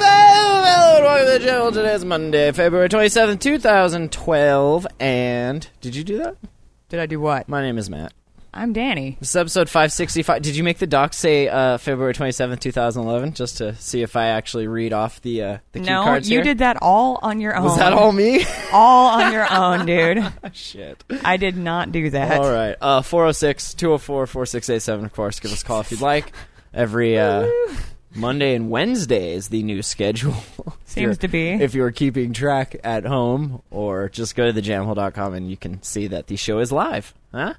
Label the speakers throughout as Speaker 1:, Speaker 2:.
Speaker 1: Welcome to the channel. Today is Monday, February 27th, 2012. And did you do that?
Speaker 2: Did I do what?
Speaker 1: My name is Matt.
Speaker 2: I'm Danny.
Speaker 1: This is episode 565. Did you make the doc say uh, February 27th, 2011? Just to see if I actually read off the, uh, the cue
Speaker 2: No,
Speaker 1: cards
Speaker 2: you
Speaker 1: here?
Speaker 2: did that all on your own.
Speaker 1: Was that all me?
Speaker 2: All on your own, dude.
Speaker 1: Shit.
Speaker 2: I did not do that.
Speaker 1: All right. Uh, 406 204 4687, of course. Give us a call if you'd like. Every uh, Monday and Wednesday is the new schedule. If you're-
Speaker 2: Seems to be.
Speaker 1: If you're keeping track at home, or just go to thejamhole.com and you can see that the show is live. Huh?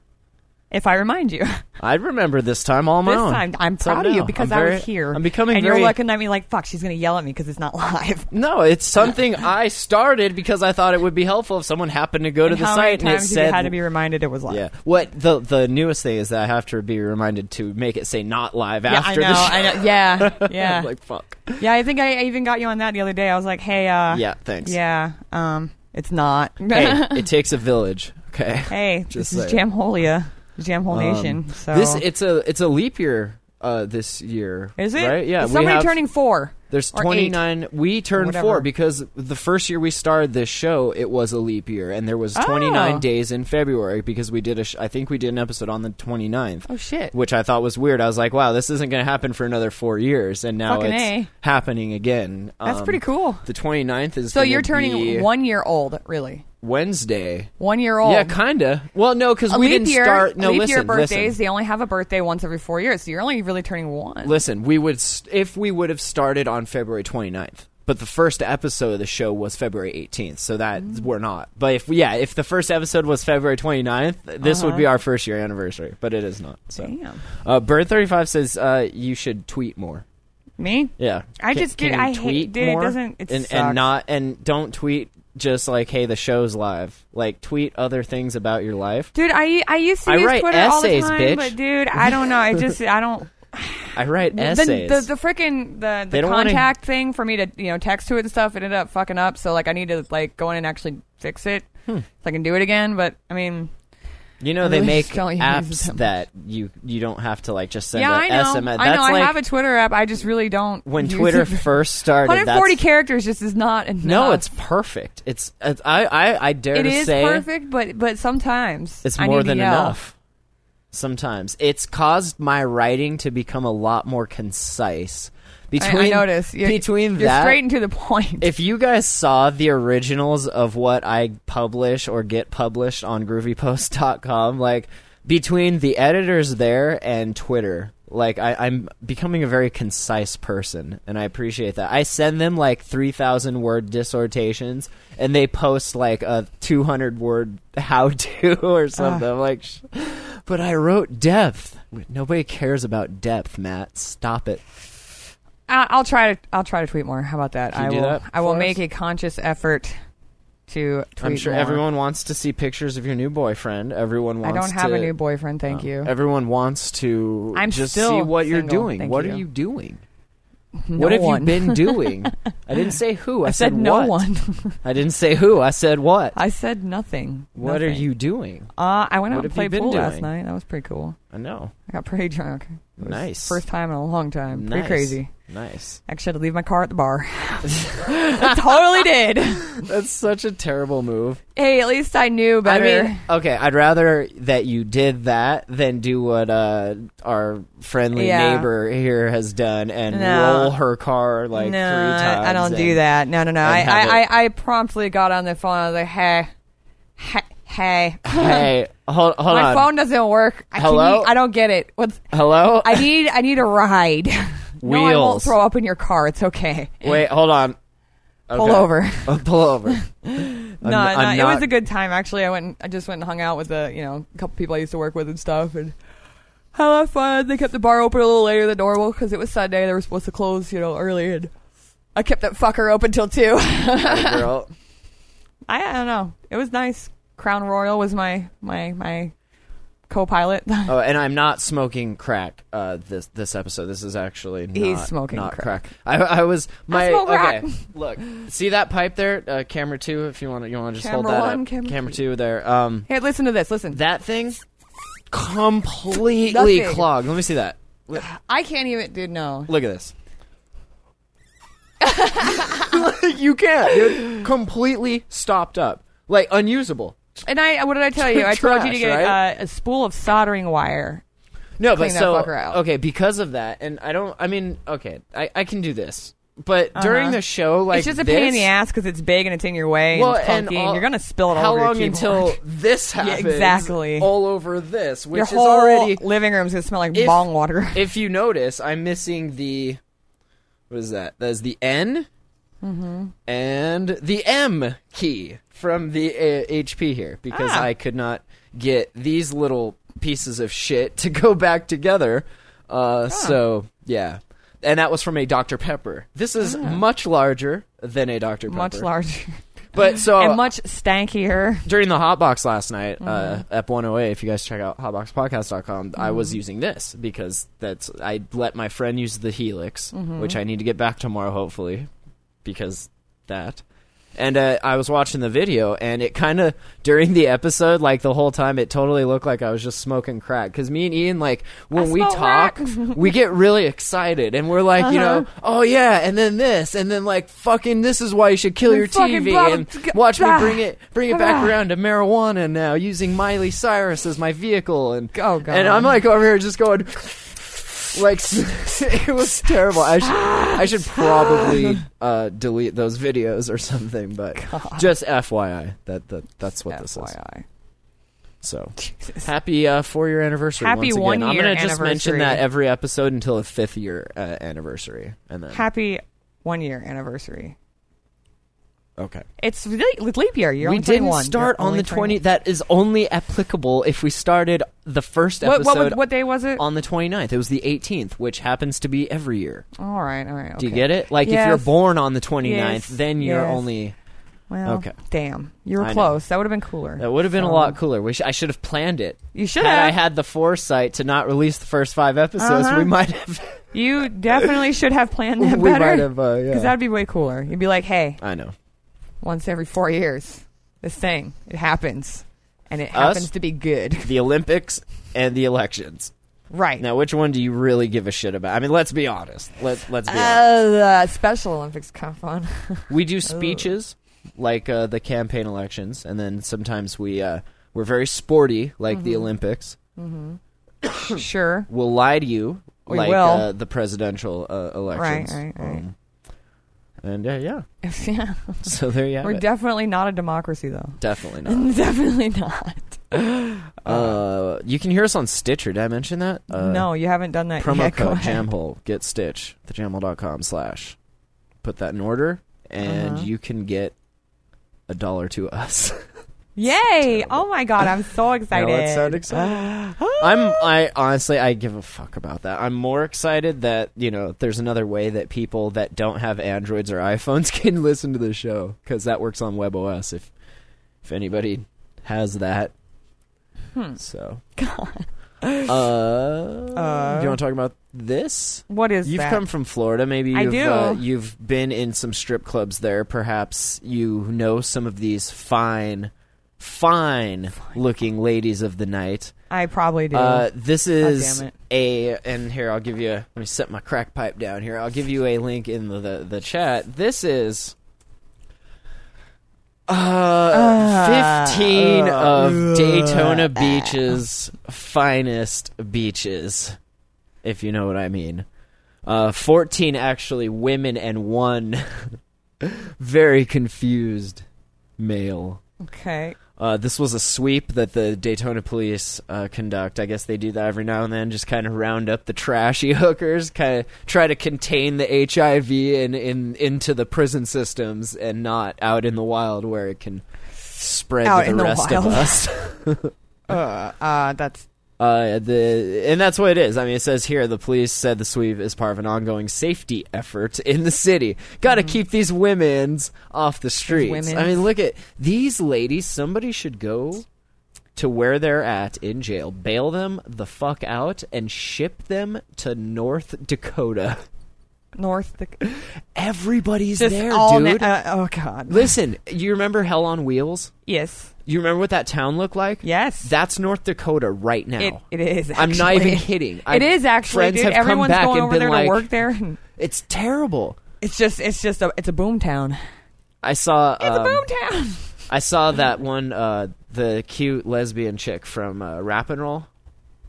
Speaker 2: If I remind you,
Speaker 1: I'd remember this time all my
Speaker 2: this
Speaker 1: own.
Speaker 2: time I'm
Speaker 1: So
Speaker 2: proud of you
Speaker 1: no,
Speaker 2: because
Speaker 1: I'm
Speaker 2: I
Speaker 1: very-
Speaker 2: was here.
Speaker 1: I'm becoming
Speaker 2: and
Speaker 1: very.
Speaker 2: you're looking at me like, "Fuck, she's gonna yell at me because it's not live."
Speaker 1: no, it's something I started because I thought it would be helpful if someone happened to go to
Speaker 2: And
Speaker 1: the
Speaker 2: how
Speaker 1: site
Speaker 2: many
Speaker 1: and it
Speaker 2: times have
Speaker 1: said
Speaker 2: you had to be reminded it was live?
Speaker 1: Yeah. What the the newest thing is that I have to be reminded to make it say not live
Speaker 2: Yeah,
Speaker 1: after
Speaker 2: I know.
Speaker 1: the show.
Speaker 2: I know. Yeah, yeah, Uh,
Speaker 1: like fuck.
Speaker 2: yeah. I think I even got you on that the other day. I was like, "Hey, uh,
Speaker 1: Yeah, thanks.
Speaker 2: yeah, um, it's not."
Speaker 1: Hey, it takes a village. Okay.
Speaker 2: Hey,
Speaker 1: Just
Speaker 2: this is
Speaker 1: saying. Um,
Speaker 2: Jamholia, Jamhole Nation. So
Speaker 1: This it's a it's a leap year uh, this year.
Speaker 2: Is it?
Speaker 1: Right? Yeah.
Speaker 2: Is
Speaker 1: we
Speaker 2: somebody
Speaker 1: have-
Speaker 2: turning four.
Speaker 1: There's
Speaker 2: or eight?
Speaker 1: 29. We turned
Speaker 2: whatever.
Speaker 1: four because the first year we started this show, it was a leap year, and there was
Speaker 2: Oh.
Speaker 1: 29 days in February because we did a. Sh- I think we did an episode on the 29th.
Speaker 2: Oh, shit.
Speaker 1: Which I thought was weird. I was like, wow, this isn't going to happen for another four years, and now
Speaker 2: Fucking
Speaker 1: it's
Speaker 2: A.
Speaker 1: happening again.
Speaker 2: That's
Speaker 1: Um,
Speaker 2: pretty cool.
Speaker 1: The 29th is
Speaker 2: So
Speaker 1: gonna
Speaker 2: you're turning
Speaker 1: be
Speaker 2: one year old, really?
Speaker 1: Wednesday.
Speaker 2: One year old.
Speaker 1: Yeah, kinda. Well, no, because
Speaker 2: a
Speaker 1: we
Speaker 2: leap
Speaker 1: didn't
Speaker 2: year,
Speaker 1: start. No,
Speaker 2: leap
Speaker 1: listen,
Speaker 2: year birthdays.
Speaker 1: listen.
Speaker 2: They only have a birthday once every four years, so you're only really turning one.
Speaker 1: Listen, we would st- if we would have started on February 29th. But the first episode of the show was February 18th, so that
Speaker 2: Mm.
Speaker 1: we're not. But if yeah, if the first episode was February 29th, this would
Speaker 2: Uh-huh.
Speaker 1: be our first year anniversary, but it is not. So.
Speaker 2: Damn.
Speaker 1: Uh, Bird 35 says uh, you should tweet more.
Speaker 2: Me?
Speaker 1: Yeah.
Speaker 2: I
Speaker 1: Ca-
Speaker 2: just
Speaker 1: can
Speaker 2: get-
Speaker 1: you
Speaker 2: I hate-
Speaker 1: tweet
Speaker 2: dude, it
Speaker 1: more?
Speaker 2: doesn't- it
Speaker 1: and, and
Speaker 2: sucks.
Speaker 1: not and don't tweet just like hey, the show's live. Like tweet other things about your life.
Speaker 2: Dude, I I used to
Speaker 1: I
Speaker 2: use
Speaker 1: write
Speaker 2: Twitter
Speaker 1: essays,
Speaker 2: all the time,
Speaker 1: bitch.
Speaker 2: but dude, I don't know. I just I don't.
Speaker 1: I write essays.
Speaker 2: The the, the freaking the,
Speaker 1: They
Speaker 2: the
Speaker 1: don't wanna-
Speaker 2: contact thing for me to you know text to it and stuff. It ended up fucking up, so like I need to like go in and actually fix it
Speaker 1: Hmm.
Speaker 2: so I can do it again. But I mean,
Speaker 1: You know they
Speaker 2: really
Speaker 1: make
Speaker 2: don't use
Speaker 1: apps
Speaker 2: them.
Speaker 1: that you you don't have to like just send
Speaker 2: yeah,
Speaker 1: an
Speaker 2: I know.
Speaker 1: SMS. That's
Speaker 2: I know.
Speaker 1: like
Speaker 2: I have a Twitter app. I just really don't.
Speaker 1: when
Speaker 2: use
Speaker 1: Twitter
Speaker 2: it.
Speaker 1: first started.
Speaker 2: 140
Speaker 1: that's-
Speaker 2: characters just is not enough.
Speaker 1: No, it's perfect. It's, it's I, I I dare
Speaker 2: it
Speaker 1: to
Speaker 2: is
Speaker 1: say
Speaker 2: perfect, but but sometimes
Speaker 1: it's
Speaker 2: I
Speaker 1: more
Speaker 2: need to
Speaker 1: than
Speaker 2: yell.
Speaker 1: enough. Sometimes it's caused my writing to become a lot more concise.
Speaker 2: I,
Speaker 1: Between
Speaker 2: I notice you're,
Speaker 1: between
Speaker 2: you're
Speaker 1: that
Speaker 2: straight and to the point.
Speaker 1: if you guys saw the originals of what I publish or get published on groovypost.com, like between the editors there and Twitter, like I, I'm becoming a very concise person and I appreciate that. I send them like 3,000 word dissertations and they post like a 200 word how to or something. I'm like, "Sh- but I wrote depth. Nobody cares about depth, Matt. Stop it.
Speaker 2: I, I'll try to I'll try to tweet more. How about that?
Speaker 1: Can you
Speaker 2: I
Speaker 1: do
Speaker 2: will
Speaker 1: that
Speaker 2: I will
Speaker 1: for
Speaker 2: make
Speaker 1: us?
Speaker 2: a conscious effort to tweet.
Speaker 1: I'm sure
Speaker 2: more.
Speaker 1: everyone wants to see pictures of your new boyfriend. Everyone
Speaker 2: I
Speaker 1: wants.
Speaker 2: don't have
Speaker 1: to, Oh.
Speaker 2: a new boyfriend. Thank you.
Speaker 1: Everyone wants to
Speaker 2: I'm
Speaker 1: just
Speaker 2: still
Speaker 1: see what you're
Speaker 2: single,
Speaker 1: doing.
Speaker 2: thank
Speaker 1: What
Speaker 2: you.
Speaker 1: are you doing?
Speaker 2: No
Speaker 1: what have
Speaker 2: one.
Speaker 1: you been doing? I didn't say who. I,
Speaker 2: I said
Speaker 1: what.
Speaker 2: no one.
Speaker 1: I didn't say who. I said what.
Speaker 2: I said nothing.
Speaker 1: what are
Speaker 2: Nothing.
Speaker 1: you doing?
Speaker 2: Uh, I went
Speaker 1: What have
Speaker 2: out and
Speaker 1: you
Speaker 2: played
Speaker 1: been
Speaker 2: pool last
Speaker 1: doing?
Speaker 2: night. That was pretty cool.
Speaker 1: I know.
Speaker 2: I got pretty drunk. It was
Speaker 1: Nice.
Speaker 2: First time in a long time. Pretty
Speaker 1: nice.
Speaker 2: crazy.
Speaker 1: Nice.
Speaker 2: Actually, had to leave my car at the bar. I totally did.
Speaker 1: That's such a terrible move.
Speaker 2: Hey, at least I knew better.
Speaker 1: I mean, okay, I'd rather that you did that than do what uh, our friendly
Speaker 2: Yeah.
Speaker 1: neighbor here has done and
Speaker 2: No.
Speaker 1: roll her car like
Speaker 2: no,
Speaker 1: three times.
Speaker 2: I I don't do
Speaker 1: and-
Speaker 2: that. No, no, no. I,
Speaker 1: and have
Speaker 2: I,
Speaker 1: it-
Speaker 2: I, I promptly got on the phone. I was like, hey, hey, hey.
Speaker 1: Hey, hold, hold
Speaker 2: my
Speaker 1: on.
Speaker 2: phone doesn't work. I, can
Speaker 1: Hello?
Speaker 2: you- I don't get it. What's?
Speaker 1: Hello?
Speaker 2: I need, I need a ride. no, I won't
Speaker 1: Wheels.
Speaker 2: throw up in your car. It's okay.
Speaker 1: Wait, hold on.
Speaker 2: Pull over.
Speaker 1: Oh, pull over. no,
Speaker 2: no, no, it was a good time actually. I went, and, I just went and hung out with the, you know, a couple people I used to work with and stuff, and had a lot of fun. They kept the bar open a little later than normal because it was Sunday. They were supposed to close, you know, early, and I kept that fucker open till two.
Speaker 1: girl.
Speaker 2: I, I don't know. It was nice. Crown Royal was my my my co-pilot.
Speaker 1: Oh, and I'm not smoking crack. Uh, this this episode. This is actually not,
Speaker 2: He's smoking
Speaker 1: not
Speaker 2: crack.
Speaker 1: crack. I, I was my
Speaker 2: smoke
Speaker 1: okay.
Speaker 2: crack.
Speaker 1: Look, see that pipe there? Uh, camera two. If you want to, you want to just hold
Speaker 2: Camera
Speaker 1: that
Speaker 2: one,
Speaker 1: up.
Speaker 2: camera
Speaker 1: two. there. Um,
Speaker 2: hey, listen to this. Listen,
Speaker 1: that thing completely
Speaker 2: Nothing.
Speaker 1: clogged. Let me see that.
Speaker 2: I can't even, dude. No,
Speaker 1: Look at this. you can't, dude. Completely stopped up, like unusable.
Speaker 2: And I, what did I tell you? I told you
Speaker 1: Trash,
Speaker 2: to get
Speaker 1: right?
Speaker 2: uh, a spool of soldering wire.
Speaker 1: No,
Speaker 2: clean
Speaker 1: but
Speaker 2: that
Speaker 1: so
Speaker 2: fucker out.
Speaker 1: okay, because of that, and I don't. I mean, okay, I, I can do this, but during the show, like
Speaker 2: Uh-huh. it's just a
Speaker 1: this,
Speaker 2: pain in the ass because it's big and it's in your way
Speaker 1: Well,
Speaker 2: and it's clunky and,
Speaker 1: all-
Speaker 2: you're gonna spill it all
Speaker 1: How
Speaker 2: over your
Speaker 1: long
Speaker 2: keyboard.
Speaker 1: until this happens?
Speaker 2: exactly.
Speaker 1: All over this, which
Speaker 2: your
Speaker 1: is
Speaker 2: whole
Speaker 1: already.
Speaker 2: living room's gonna smell like
Speaker 1: If-
Speaker 2: bong water?
Speaker 1: If you notice, I'm missing the. What is that? That is the N,
Speaker 2: Mm-hmm.
Speaker 1: and the M key from the uh, HP here because
Speaker 2: Ah.
Speaker 1: I could not get these little pieces of shit to go back together.
Speaker 2: Ah.
Speaker 1: Uh, So yeah, and that was from a Dr Pepper. This is much larger than a Dr Pepper,
Speaker 2: Ah.
Speaker 1: Oh.
Speaker 2: Much larger
Speaker 1: but so
Speaker 2: and much stankier.
Speaker 1: during the Hotbox last night uh,
Speaker 2: Mm-hmm.
Speaker 1: at 108, if you guys check out hotboxpodcast.com, I was using this because that's I let my friend use the Helix,
Speaker 2: Mm-hmm.
Speaker 1: which I need to get back tomorrow, hopefully, because that. And uh, I was watching the video, and it kind of during the episode, like the whole time, it totally looked like I was just smoking crack. Because me and Ian, like when we
Speaker 2: smoke
Speaker 1: talk,
Speaker 2: crack. Uh-huh.
Speaker 1: we get really excited, and we're like, you know, oh yeah, and then this, and then like fucking, this is why you should kill
Speaker 2: And
Speaker 1: your
Speaker 2: fucking
Speaker 1: TV,
Speaker 2: blah-
Speaker 1: and watch me
Speaker 2: blah.
Speaker 1: bring it bring it back
Speaker 2: Ah.
Speaker 1: around to marijuana now, using Miley Cyrus as my vehicle, and
Speaker 2: Oh, God.
Speaker 1: and I'm like over here just going, like it was terrible. I should I should probably uh, delete those videos or something, but just FYI that, that that's what this is.
Speaker 2: FYI.
Speaker 1: So happy uh, four year anniversary.
Speaker 2: Happy
Speaker 1: once again.
Speaker 2: one
Speaker 1: I'm
Speaker 2: year
Speaker 1: gonna just mention
Speaker 2: anniversary.
Speaker 1: that every episode until the fifth year uh, anniversary, and then
Speaker 2: Happy one year anniversary.
Speaker 1: okay.
Speaker 2: It's really it's leap year. You're
Speaker 1: we
Speaker 2: only
Speaker 1: didn't
Speaker 2: 21.
Speaker 1: start
Speaker 2: You're
Speaker 1: on
Speaker 2: only
Speaker 1: the 20
Speaker 2: 21.
Speaker 1: that is only applicable if we started the first
Speaker 2: What,
Speaker 1: episode
Speaker 2: what, was- what day was it?
Speaker 1: on the 29th it was the 18th which happens to be every year
Speaker 2: all right, all right.
Speaker 1: do you get it like if you're
Speaker 2: Yes.
Speaker 1: born on the 29th
Speaker 2: Yes,
Speaker 1: then you're
Speaker 2: yes.
Speaker 1: only
Speaker 2: Well,
Speaker 1: Okay.
Speaker 2: damn, you were
Speaker 1: I know.
Speaker 2: close. That would have been cooler.
Speaker 1: that would have been
Speaker 2: So-
Speaker 1: a lot cooler we sh- i should have planned it
Speaker 2: You should
Speaker 1: had i
Speaker 2: have.
Speaker 1: had the foresight to not release the first five episodes
Speaker 2: Uh-huh.
Speaker 1: we might have
Speaker 2: You definitely should have planned that
Speaker 1: we
Speaker 2: better.
Speaker 1: might have uh, yeah.
Speaker 2: Because that'd be way cooler. You'd be like, hey,
Speaker 1: i know
Speaker 2: once every four years, this thing, it happens. And it
Speaker 1: Us?
Speaker 2: happens to be good.
Speaker 1: the olympics and the elections
Speaker 2: right.
Speaker 1: now which one do you really give a shit about i mean let's be honest let's let's be honest
Speaker 2: Uh, the Special Olympics kind of fun.
Speaker 1: We
Speaker 2: Oh.
Speaker 1: do speeches like uh, the campaign elections, and then sometimes we uh, we're very sporty like the
Speaker 2: Mm-hmm.
Speaker 1: Olympics.
Speaker 2: sure.
Speaker 1: We'll lie to you
Speaker 2: We
Speaker 1: like
Speaker 2: will.
Speaker 1: Uh, the presidential uh,
Speaker 2: Right,
Speaker 1: elections. Um,
Speaker 2: right, right.
Speaker 1: And uh, yeah,
Speaker 2: yeah.
Speaker 1: so there you have
Speaker 2: We're
Speaker 1: it.
Speaker 2: definitely not a democracy, though.
Speaker 1: Definitely not.
Speaker 2: definitely not.
Speaker 1: Uh, you can hear us on Stitcher. Did I mention that? Uh,
Speaker 2: no, you haven't done that
Speaker 1: Promo
Speaker 2: yet. Go
Speaker 1: code
Speaker 2: ahead.
Speaker 1: Jamhole. Get Stitch. Thejamhole.com slash. Put that in order, and
Speaker 2: Uh-huh.
Speaker 1: you can get a dollar to us.
Speaker 2: Yay! Oh my god, I'm so excited.
Speaker 1: Now let's sound excited. I'm I honestly I give a fuck about that. I'm more excited that, you know, there's another way that people that don't have Androids or iPhones can listen to the show cuz that works on webOS if if anybody has that. So. Hmm. God. Uh, do you want to talk about this?
Speaker 2: What is
Speaker 1: You've
Speaker 2: that?
Speaker 1: come from Florida. Maybe you've,
Speaker 2: I
Speaker 1: Uh,
Speaker 2: do.
Speaker 1: you've been in some strip clubs there. Perhaps you know some of these fine, fine, looking ladies of the night.
Speaker 2: I probably do.
Speaker 1: Uh, this is
Speaker 2: damn it.
Speaker 1: a and here I'll give you. Let me set my crack pipe down here. I'll give you a link in the the, the chat. This is. Uh, fifteen
Speaker 2: Ah.
Speaker 1: of Daytona Beach's finest beaches, if you know what I mean. Uh, fourteen actually women and one very confused male.
Speaker 2: okay.
Speaker 1: Uh, this was a sweep that the Daytona police uh, conduct. I guess they do that every now and then, just kind of round up the trashy hookers, kind of try to contain the HIV in, in into the prison systems and not out in the wild where it can spread
Speaker 2: Out
Speaker 1: to the
Speaker 2: in the
Speaker 1: rest of
Speaker 2: wild.
Speaker 1: us.
Speaker 2: Uh, uh, that's
Speaker 1: Uh, the and that's what it is. I mean, it says here the police said the sweep is part of an ongoing safety effort in the city. Got to keep these women's off the streets. I
Speaker 2: Mm-hmm. women's.
Speaker 1: mean, look at these ladies. Somebody should go to where they're at in jail, bail them the fuck out, and ship them to North Dakota.
Speaker 2: North. Dak-
Speaker 1: Everybody's
Speaker 2: just
Speaker 1: there,
Speaker 2: all na-
Speaker 1: dude.
Speaker 2: uh, oh God.
Speaker 1: Listen, you remember Hell on Wheels?
Speaker 2: Yes.
Speaker 1: You remember what that town looked like?
Speaker 2: Yes.
Speaker 1: That's North Dakota right now.
Speaker 2: It, it is. Actually.
Speaker 1: I'm not even kidding. I-
Speaker 2: it is actually.
Speaker 1: friends
Speaker 2: Dude.
Speaker 1: have come
Speaker 2: Everyone's
Speaker 1: back
Speaker 2: going
Speaker 1: and
Speaker 2: over
Speaker 1: been
Speaker 2: there
Speaker 1: like-
Speaker 2: to work there. and
Speaker 1: It's terrible.
Speaker 2: It's just. It's just a. It's a boom
Speaker 1: Um,
Speaker 2: town.
Speaker 1: I saw
Speaker 2: It's
Speaker 1: um,
Speaker 2: a boom town.
Speaker 1: I saw that one uh the cute lesbian chick from uh, Rap and Roll.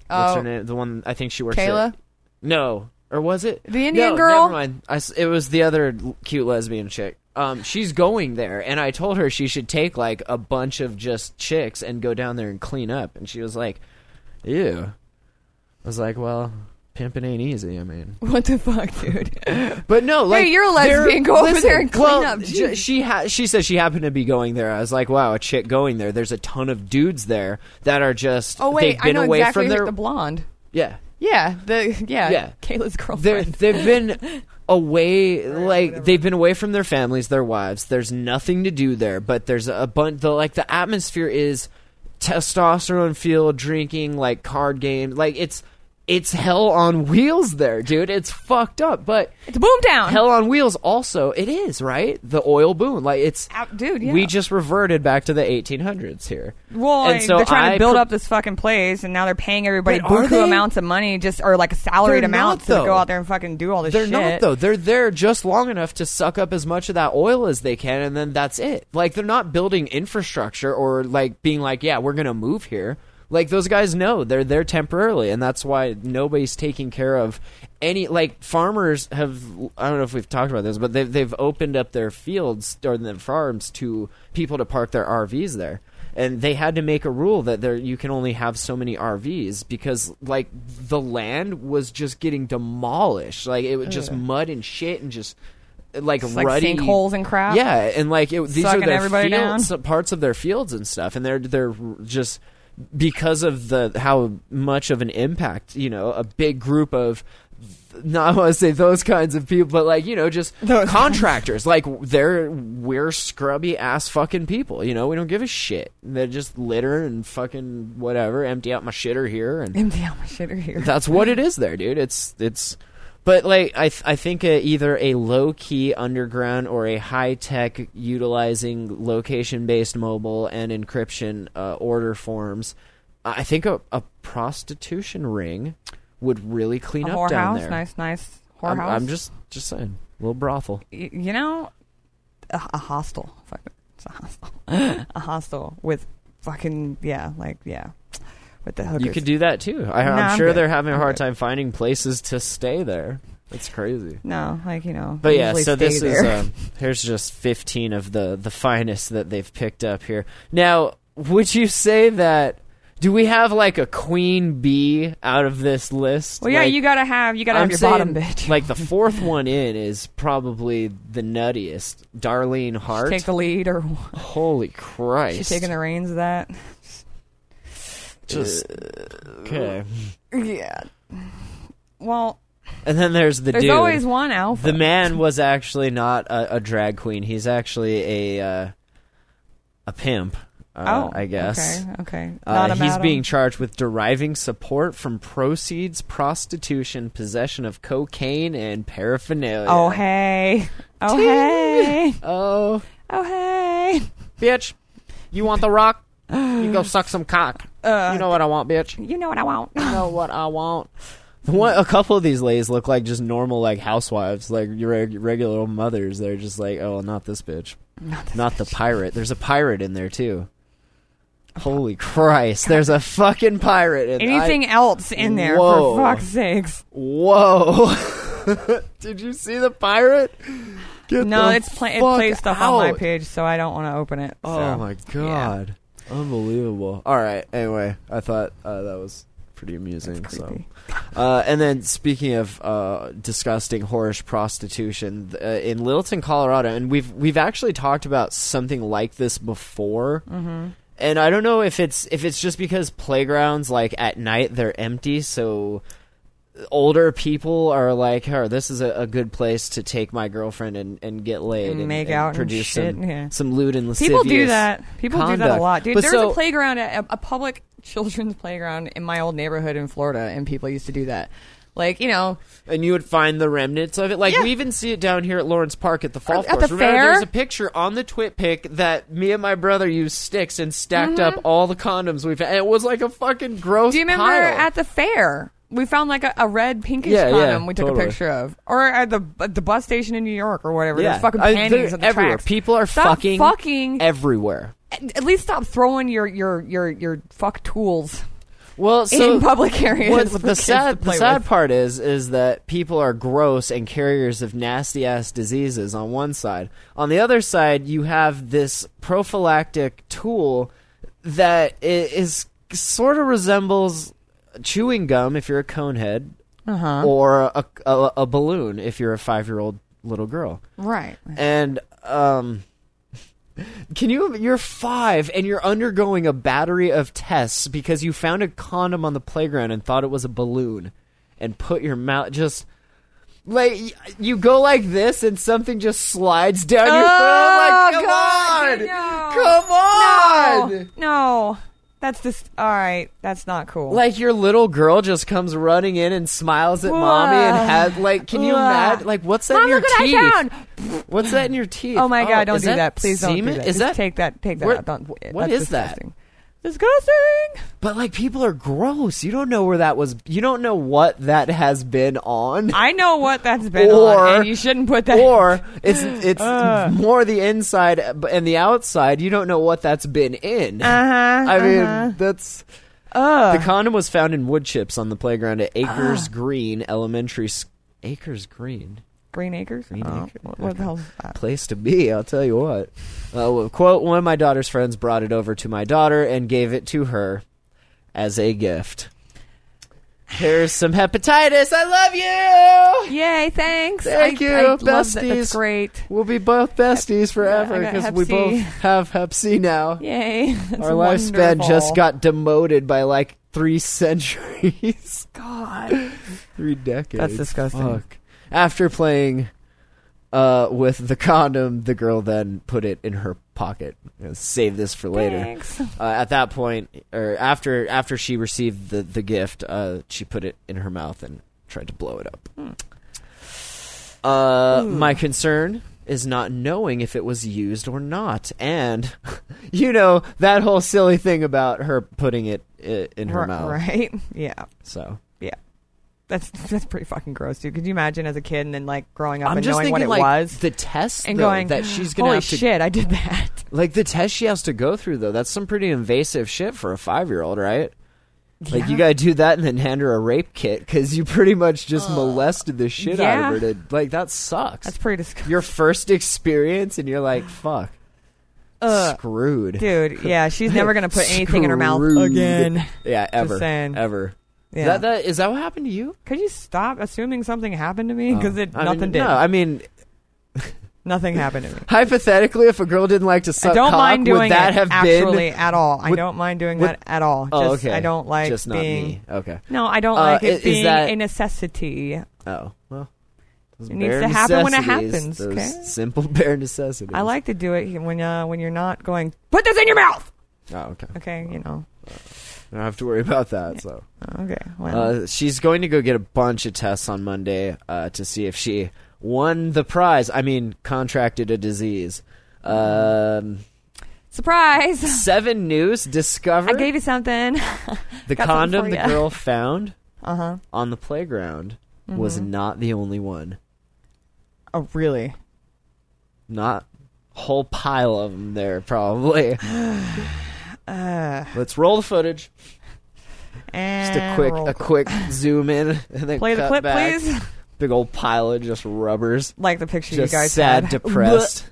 Speaker 1: What's her
Speaker 2: Oh.
Speaker 1: name? The one I think she works
Speaker 2: Kayla?
Speaker 1: at- No. Or was it?
Speaker 2: The Indian
Speaker 1: No,
Speaker 2: girl?
Speaker 1: Never mind. I s it was the other l- cute lesbian chick. Um she's going there and I told her she should take like a bunch of just chicks and go down there and clean up and she was like, "Ew." I was like, "Well, pimping ain't easy, I mean."
Speaker 2: What the fuck, dude?
Speaker 1: But no, like
Speaker 2: you're a
Speaker 1: they're-
Speaker 2: lesbian. Go over
Speaker 1: listen,
Speaker 2: there and clean
Speaker 1: well,
Speaker 2: up.
Speaker 1: j-
Speaker 2: Jeez.
Speaker 1: she ha- she said she happened to be going there. I was like, wow, a chick going there. There's a ton of dudes there that are just
Speaker 2: oh wait,
Speaker 1: they've
Speaker 2: I
Speaker 1: been
Speaker 2: know
Speaker 1: away
Speaker 2: exactly
Speaker 1: from
Speaker 2: who-
Speaker 1: their
Speaker 2: the blonde.
Speaker 1: yeah.
Speaker 2: Yeah, the yeah,
Speaker 1: Yeah.
Speaker 2: Kayla's
Speaker 1: They're,
Speaker 2: girlfriend.
Speaker 1: they've been away, like they've been away from their families, their wives. There's nothing to do there, but there's a bunch. The like the atmosphere is testosterone fueled drinking, like card game, like it's it's hell on wheels there, dude. It's fucked up, but
Speaker 2: it's a boom town.
Speaker 1: Hell on Wheels also it is right the oil boom like it's
Speaker 2: Ow, dude, yeah.
Speaker 1: we just reverted back to the 1800s here
Speaker 2: Well,
Speaker 1: and so
Speaker 2: they're trying
Speaker 1: I
Speaker 2: to build
Speaker 1: pro-
Speaker 2: up this fucking place, and now they're paying everybody
Speaker 1: But are
Speaker 2: buku
Speaker 1: they?
Speaker 2: amounts of money, just or like salaried
Speaker 1: They're not,
Speaker 2: amounts to
Speaker 1: though.
Speaker 2: go out there and fucking do all this
Speaker 1: they're
Speaker 2: shit.
Speaker 1: not though they're there just long enough to suck up as much of that oil as they can and then that's it like they're not building infrastructure or like being like yeah we're gonna move here like those guys know they're there temporarily and that's why nobody's taking care of any like farmers have i don't know if we've talked about this but they've, they've opened up their fields or their farms to people to park their rvs there and they had to make a rule that there you can only have so many RVs because like the land was just getting demolished, like it was just mud and shit and just like
Speaker 2: like
Speaker 1: ruddy
Speaker 2: sinkholes and crap?
Speaker 1: Yeah, and like it, these are
Speaker 2: Sucking
Speaker 1: their
Speaker 2: everybody
Speaker 1: fields, parts of their fields and stuff, and they're they're just because of the how much of an impact you know a big group of. Not I want to say those kinds of people, but like you know, just
Speaker 2: Those
Speaker 1: contractors like they're we're scrubby ass fucking people you know we don't give a shit they just litter and fucking whatever empty out my shitter here and
Speaker 2: Empty out my shitter here.
Speaker 1: that's what it is there dude it's it's but like i th- i think uh, either a low key underground or a high tech utilizing location based mobile and encryption uh, order forms i I think a, a prostitution ring would really clean
Speaker 2: a
Speaker 1: up down
Speaker 2: whorehouse,
Speaker 1: there
Speaker 2: nice, nice whorehouse.
Speaker 1: I'm, I'm just just saying little brothel
Speaker 2: Y- you know, a, a hostel. Fuck, it. it's a hostel. a hostel with fucking yeah, like yeah, with the hookers.
Speaker 1: You could do that too. I,
Speaker 2: Nah,
Speaker 1: I'm
Speaker 2: I'm
Speaker 1: sure
Speaker 2: good.
Speaker 1: they're having a
Speaker 2: I'm
Speaker 1: hard
Speaker 2: good.
Speaker 1: time finding places to stay there. That's crazy.
Speaker 2: no, like you know.
Speaker 1: But
Speaker 2: they
Speaker 1: yeah,
Speaker 2: usually
Speaker 1: so
Speaker 2: stay
Speaker 1: this is
Speaker 2: there.
Speaker 1: um, here's just 15 of the the finest that they've picked up here. Now, would you say that? Do we have like a queen bee out of this list?
Speaker 2: well, yeah,
Speaker 1: Like,
Speaker 2: you gotta have you gotta
Speaker 1: I'm
Speaker 2: have your
Speaker 1: saying,
Speaker 2: bottom bitch.
Speaker 1: like the fourth one in is probably the nuttiest, Darlene Hart.
Speaker 2: take the lead or
Speaker 1: Holy Christ!
Speaker 2: she's taking the reins of that.
Speaker 1: just okay.
Speaker 2: Yeah. Well,
Speaker 1: And then there's the
Speaker 2: there's
Speaker 1: dude.
Speaker 2: always one alpha.
Speaker 1: The man was actually not a, a drag queen. He's actually a uh, a pimp. Uh,
Speaker 2: oh,
Speaker 1: I guess.
Speaker 2: Okay, okay.
Speaker 1: Uh,
Speaker 2: Not a
Speaker 1: he's
Speaker 2: madam.
Speaker 1: being charged with deriving support from proceeds, prostitution, possession of cocaine, and paraphernalia.
Speaker 2: Oh hey. Oh hey.
Speaker 1: Oh,
Speaker 2: Oh hey.
Speaker 1: bitch! You want the rock? You go suck some cock.
Speaker 2: Uh,
Speaker 1: you know what I want, bitch.
Speaker 2: You know what I want.
Speaker 1: know what I want. One, a couple of these ladies look like just normal like housewives, like your reg- regular old mothers. They're just like, oh, not this bitch, not, the pirate. There's a pirate in there too. Holy Christ! There's a fucking pirate in there. I-
Speaker 2: Anything else in there
Speaker 1: Whoa.
Speaker 2: for fuck's sakes?
Speaker 1: Whoa! Did you see the pirate? Get
Speaker 2: No,
Speaker 1: the
Speaker 2: it's pla- it
Speaker 1: fuck
Speaker 2: plays stuff on my
Speaker 1: out.
Speaker 2: page, so I don't want to open it.
Speaker 1: Oh
Speaker 2: so.
Speaker 1: my god! Unbelievable. All right. Anyway, I thought uh, that was pretty amusing.
Speaker 2: That's
Speaker 1: so.
Speaker 2: creepy.
Speaker 1: Uh, and then speaking of uh, disgusting, whorish prostitution th- uh, in Littleton, Colorado, and we've we've actually talked about something like this before. Mm-hmm. And I don't know if it's if it's just because playgrounds like at night they're empty, so older people are like, "Her, this is a, a good place to take my girlfriend and, and get laid
Speaker 2: And make out and
Speaker 1: produce
Speaker 2: shit,
Speaker 1: some
Speaker 2: yeah.
Speaker 1: some lewd and lascivious."
Speaker 2: People do that. People do that a
Speaker 1: conduct.
Speaker 2: lot, dude.
Speaker 1: But
Speaker 2: There's
Speaker 1: so-
Speaker 2: a playground, a, a public children's playground in my old neighborhood in Florida, and people used to do that. Like you know,
Speaker 1: and you would find the remnants of it. Like
Speaker 2: Yeah.
Speaker 1: we even see it down here at Lawrence Park at the fall
Speaker 2: At- at
Speaker 1: course.
Speaker 2: the
Speaker 1: Remember,
Speaker 2: fair?
Speaker 1: there's a picture on the twit pic that me and my brother used sticks and stacked up all the condoms we've had. It was like a fucking gross.
Speaker 2: Mm-hmm. do you remember
Speaker 1: pile.
Speaker 2: at the fair we found like a, a red pinkish
Speaker 1: Yeah, yeah,
Speaker 2: condom we took
Speaker 1: totally.
Speaker 2: a picture of, or at the at the bus station in New York or whatever.
Speaker 1: yeah.
Speaker 2: There's fucking
Speaker 1: I-
Speaker 2: panties
Speaker 1: they're
Speaker 2: at the
Speaker 1: everywhere?
Speaker 2: tracks.
Speaker 1: People are
Speaker 2: Stop
Speaker 1: fucking
Speaker 2: fucking.
Speaker 1: everywhere.
Speaker 2: at least stop throwing your your your your fuck tools.
Speaker 1: Well, so
Speaker 2: in public areas
Speaker 1: what-
Speaker 2: for
Speaker 1: the
Speaker 2: kids
Speaker 1: sad,
Speaker 2: to play
Speaker 1: the sad
Speaker 2: with.
Speaker 1: part is, is that people are gross and carriers of nasty ass diseases. On one side, on the other side, you have this prophylactic tool that i- is sort of resembles chewing gum if you're a conehead,
Speaker 2: Uh-huh.
Speaker 1: or a, a, a balloon if you're a five year old little girl.
Speaker 2: Right.
Speaker 1: And um can you you're 5 and you're undergoing a battery of tests because you found a condom on the playground and thought it was a balloon and put your mouth just like y- you go like this and something just slides down your
Speaker 2: Oh,
Speaker 1: throat like come
Speaker 2: God,
Speaker 1: on.
Speaker 2: no.
Speaker 1: Come on.
Speaker 2: No, Oh, no, that's just all right. That's not cool.
Speaker 1: Like your little girl just comes running in and smiles at
Speaker 2: Whoa.
Speaker 1: mommy and has like can you
Speaker 2: Whoa.
Speaker 1: imagine like what's that
Speaker 2: Mom,
Speaker 1: in your
Speaker 2: look what I
Speaker 1: teeth?
Speaker 2: found.
Speaker 1: What's that in your teeth?
Speaker 2: Oh my god! Don't
Speaker 1: is
Speaker 2: do that. Please don't
Speaker 1: semen?
Speaker 2: do that.
Speaker 1: Is
Speaker 2: Just
Speaker 1: that
Speaker 2: take that? Take that.
Speaker 1: Where-
Speaker 2: out. Don't.
Speaker 1: what
Speaker 2: that's
Speaker 1: is that?
Speaker 2: disgusting. Disgusting.
Speaker 1: But like people are gross. You don't know where that was. You don't know what that has been on.
Speaker 2: I know what that's been
Speaker 1: Or-
Speaker 2: on, and you shouldn't put that.
Speaker 1: or it's it's
Speaker 2: Uh.
Speaker 1: more the inside and the outside. You don't know what that's been in.
Speaker 2: Uh-huh,
Speaker 1: I mean,
Speaker 2: uh-huh.
Speaker 1: that's
Speaker 2: Ugh.
Speaker 1: the condom was found in wood chips on the playground at Acres Green Elementary. Sc- Acres Green.
Speaker 2: Green Acres.
Speaker 1: Green
Speaker 2: Oh,
Speaker 1: Acres.
Speaker 2: What, what the hell? Is that?
Speaker 1: place to be. I'll tell you what. Uh, well, quote: One of my daughter's friends brought it over to my daughter and gave it to her as a gift. Here's some hepatitis. I love you.
Speaker 2: Yay! Thanks.
Speaker 1: Thank
Speaker 2: I,
Speaker 1: you,
Speaker 2: I love that.
Speaker 1: besties.
Speaker 2: That's great.
Speaker 1: We'll be both besties forever
Speaker 2: I got
Speaker 1: because
Speaker 2: hep
Speaker 1: we
Speaker 2: C.
Speaker 1: both have Hep C now.
Speaker 2: Yay! That's
Speaker 1: Our lifespan
Speaker 2: wonderful.
Speaker 1: just got demoted by like three centuries,
Speaker 2: God.
Speaker 1: three decades.
Speaker 2: disgusting.
Speaker 1: Fuck. After playing uh, with the condom, the girl then put it in her pocket. You know, Save this for later.
Speaker 2: Thanks.
Speaker 1: uh, at that point, or after after she received the the gift, uh, she put it in her mouth and tried to blow it up.
Speaker 2: Hmm.
Speaker 1: Uh, my concern is not knowing if it was used or not, and you know that whole silly thing about her putting it i- in her
Speaker 2: R-
Speaker 1: mouth.
Speaker 2: Right? Yeah.
Speaker 1: So
Speaker 2: Yeah. That's that's pretty fucking gross, dude. Could you imagine as a kid and then like growing up
Speaker 1: I'm
Speaker 2: and
Speaker 1: just
Speaker 2: knowing
Speaker 1: thinking
Speaker 2: what it
Speaker 1: like
Speaker 2: was
Speaker 1: the test
Speaker 2: and
Speaker 1: though,
Speaker 2: going
Speaker 1: that she's gonna
Speaker 2: holy
Speaker 1: have to
Speaker 2: shit, I did that.
Speaker 1: like the test she has to go through though. That's some pretty invasive shit for a five year old, right? Like you
Speaker 2: Yeah.
Speaker 1: gotta do that and then hand her a rape kit because you pretty much just molested the shit out of
Speaker 2: Yeah.
Speaker 1: her. To, like that sucks.
Speaker 2: That's pretty disgusting.
Speaker 1: Your first experience and you're like, fuck,
Speaker 2: Ugh.
Speaker 1: screwed,
Speaker 2: Dude, yeah, she's never gonna put anything in her mouth
Speaker 1: Screwed.
Speaker 2: again.
Speaker 1: Yeah, ever,
Speaker 2: saying.
Speaker 1: ever.
Speaker 2: Yeah.
Speaker 1: That, that, is that what happened to you?
Speaker 2: Could you stop assuming something happened to me? Because it
Speaker 1: Oh. I mean,
Speaker 2: nothing did.
Speaker 1: No, I mean,
Speaker 2: nothing happened to me.
Speaker 1: hypothetically, if a girl didn't like to
Speaker 2: I
Speaker 1: suck
Speaker 2: don't
Speaker 1: cock,
Speaker 2: mind
Speaker 1: would
Speaker 2: doing
Speaker 1: that
Speaker 2: it
Speaker 1: have
Speaker 2: actually
Speaker 1: been?
Speaker 2: at all. I
Speaker 1: Would-
Speaker 2: don't mind doing
Speaker 1: would-
Speaker 2: that at all. Just,
Speaker 1: Oh, okay.
Speaker 2: I don't like
Speaker 1: just not
Speaker 2: being.
Speaker 1: me. Okay.
Speaker 2: No, I don't
Speaker 1: Uh,
Speaker 2: like
Speaker 1: i-
Speaker 2: it
Speaker 1: is
Speaker 2: being
Speaker 1: that-
Speaker 2: a necessity.
Speaker 1: Oh well, those
Speaker 2: It needs
Speaker 1: bare
Speaker 2: to happen when it
Speaker 1: necessities,
Speaker 2: happens,
Speaker 1: those
Speaker 2: okay?
Speaker 1: Simple bare necessities.
Speaker 2: I like to do it when uh, when you're not going. Put this in your mouth.
Speaker 1: Oh okay.
Speaker 2: Okay, you know. Oh,
Speaker 1: I don't have to worry about that. So
Speaker 2: Okay. Well,
Speaker 1: uh, she's going to go get a bunch of tests on Monday uh, to see if she won the prize. I mean, contracted a disease. Um,
Speaker 2: surprise!
Speaker 1: Seven News discovered
Speaker 2: I gave you something.
Speaker 1: the
Speaker 2: got something
Speaker 1: condom
Speaker 2: for
Speaker 1: the
Speaker 2: ya.
Speaker 1: girl found
Speaker 2: Uh huh.
Speaker 1: on the playground was
Speaker 2: Mm-hmm.
Speaker 1: not the only one.
Speaker 2: Oh, really?
Speaker 1: Not whole pile of them there probably.
Speaker 2: Uh.
Speaker 1: Let's roll the footage. Just a
Speaker 2: And
Speaker 1: quick,
Speaker 2: roll
Speaker 1: a quick zoom in, and then
Speaker 2: Play the
Speaker 1: cut
Speaker 2: clip,
Speaker 1: back.
Speaker 2: please.
Speaker 1: Big old pile of just rubbers,
Speaker 2: Like the picture
Speaker 1: just
Speaker 2: you guys
Speaker 1: sad,
Speaker 2: had.
Speaker 1: depressed.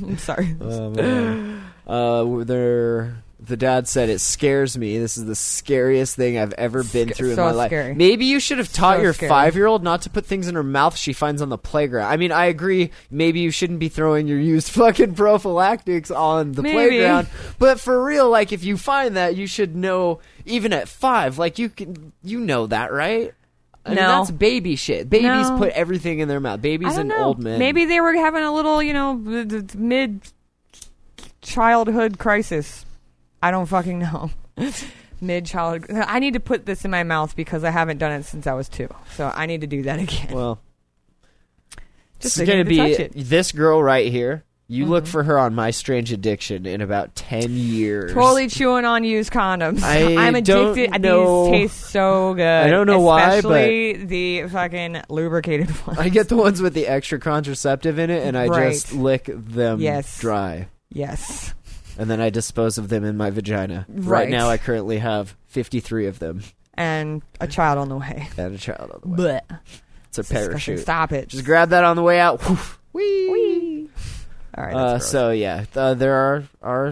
Speaker 2: I'm sorry.
Speaker 1: um, uh, uh, they're The dad said, "It scares me. This is the scariest thing I've ever been
Speaker 2: Sca-
Speaker 1: through
Speaker 2: so
Speaker 1: in my life.
Speaker 2: scary.
Speaker 1: Maybe you should have taught
Speaker 2: So
Speaker 1: your
Speaker 2: scary.
Speaker 1: five-year-old not to put things in her mouth she finds on the playground. I mean, I agree. Maybe you shouldn't be throwing your used fucking prophylactics on the
Speaker 2: Maybe.
Speaker 1: playground. But for real, like if you find that, you should know. Even at five, like you can, you know that, right? I mean,
Speaker 2: No.
Speaker 1: that's baby shit. Babies
Speaker 2: No.
Speaker 1: put everything in their mouth.
Speaker 2: I
Speaker 1: Babies
Speaker 2: don't
Speaker 1: and
Speaker 2: know.
Speaker 1: old men.
Speaker 2: Maybe they were having a little, you know, mid childhood crisis. I don't fucking know. mid childhood. I need to put this in my mouth because I haven't done it since I was two. So I need to do that again.
Speaker 1: Well, it's
Speaker 2: Just to
Speaker 1: going to
Speaker 2: need to
Speaker 1: be
Speaker 2: touch it. Mm-hmm.
Speaker 1: this girl right here. You look for her on My Strange Addiction in about 10 years.
Speaker 2: Totally chewing on used condoms.
Speaker 1: I
Speaker 2: am
Speaker 1: don't
Speaker 2: addicted.
Speaker 1: know.
Speaker 2: These taste so good.
Speaker 1: I don't know why, but-
Speaker 2: Especially the fucking lubricated ones.
Speaker 1: I get the ones with the extra contraceptive in it, and I
Speaker 2: Right.
Speaker 1: just lick them
Speaker 2: Yes.
Speaker 1: dry.
Speaker 2: yes.
Speaker 1: And then I dispose of them in my vagina. Right,
Speaker 2: Right.
Speaker 1: now, I currently have 53 of them
Speaker 2: And a child on the way.
Speaker 1: and a child on the way.
Speaker 2: But
Speaker 1: It's a parachute.
Speaker 2: Stop it.
Speaker 1: Just grab that on the way out. Whoof. Whee!
Speaker 2: All right.
Speaker 1: Uh,
Speaker 2: that's gross.
Speaker 1: so yeah, uh, there are are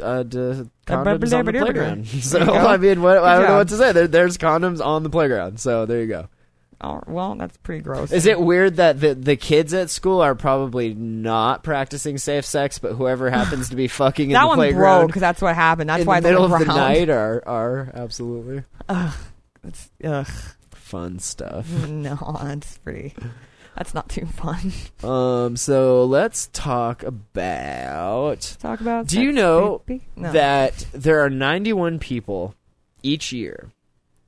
Speaker 1: uh, d- condoms on the playground. So
Speaker 2: There you go.
Speaker 1: I mean, what, I
Speaker 2: Good
Speaker 1: don't know
Speaker 2: job.
Speaker 1: what to say. There, there's condoms on the playground. So there you go.
Speaker 2: Oh, well, that's pretty gross.
Speaker 1: Is it weird that the the kids at school are probably not practicing safe sex, but whoever happens to be fucking in
Speaker 2: that
Speaker 1: the
Speaker 2: one
Speaker 1: playground
Speaker 2: broke. That's what happened. That's
Speaker 1: in
Speaker 2: why
Speaker 1: the middle of the
Speaker 2: ground.
Speaker 1: night are are absolutely
Speaker 2: Ugh,
Speaker 1: fun stuff.
Speaker 2: no, that's pretty. That's not too fun.
Speaker 1: Um, so let's talk about.
Speaker 2: Talk about.
Speaker 1: Do you
Speaker 2: sex,
Speaker 1: know
Speaker 2: baby? No.
Speaker 1: that there are 91 people each year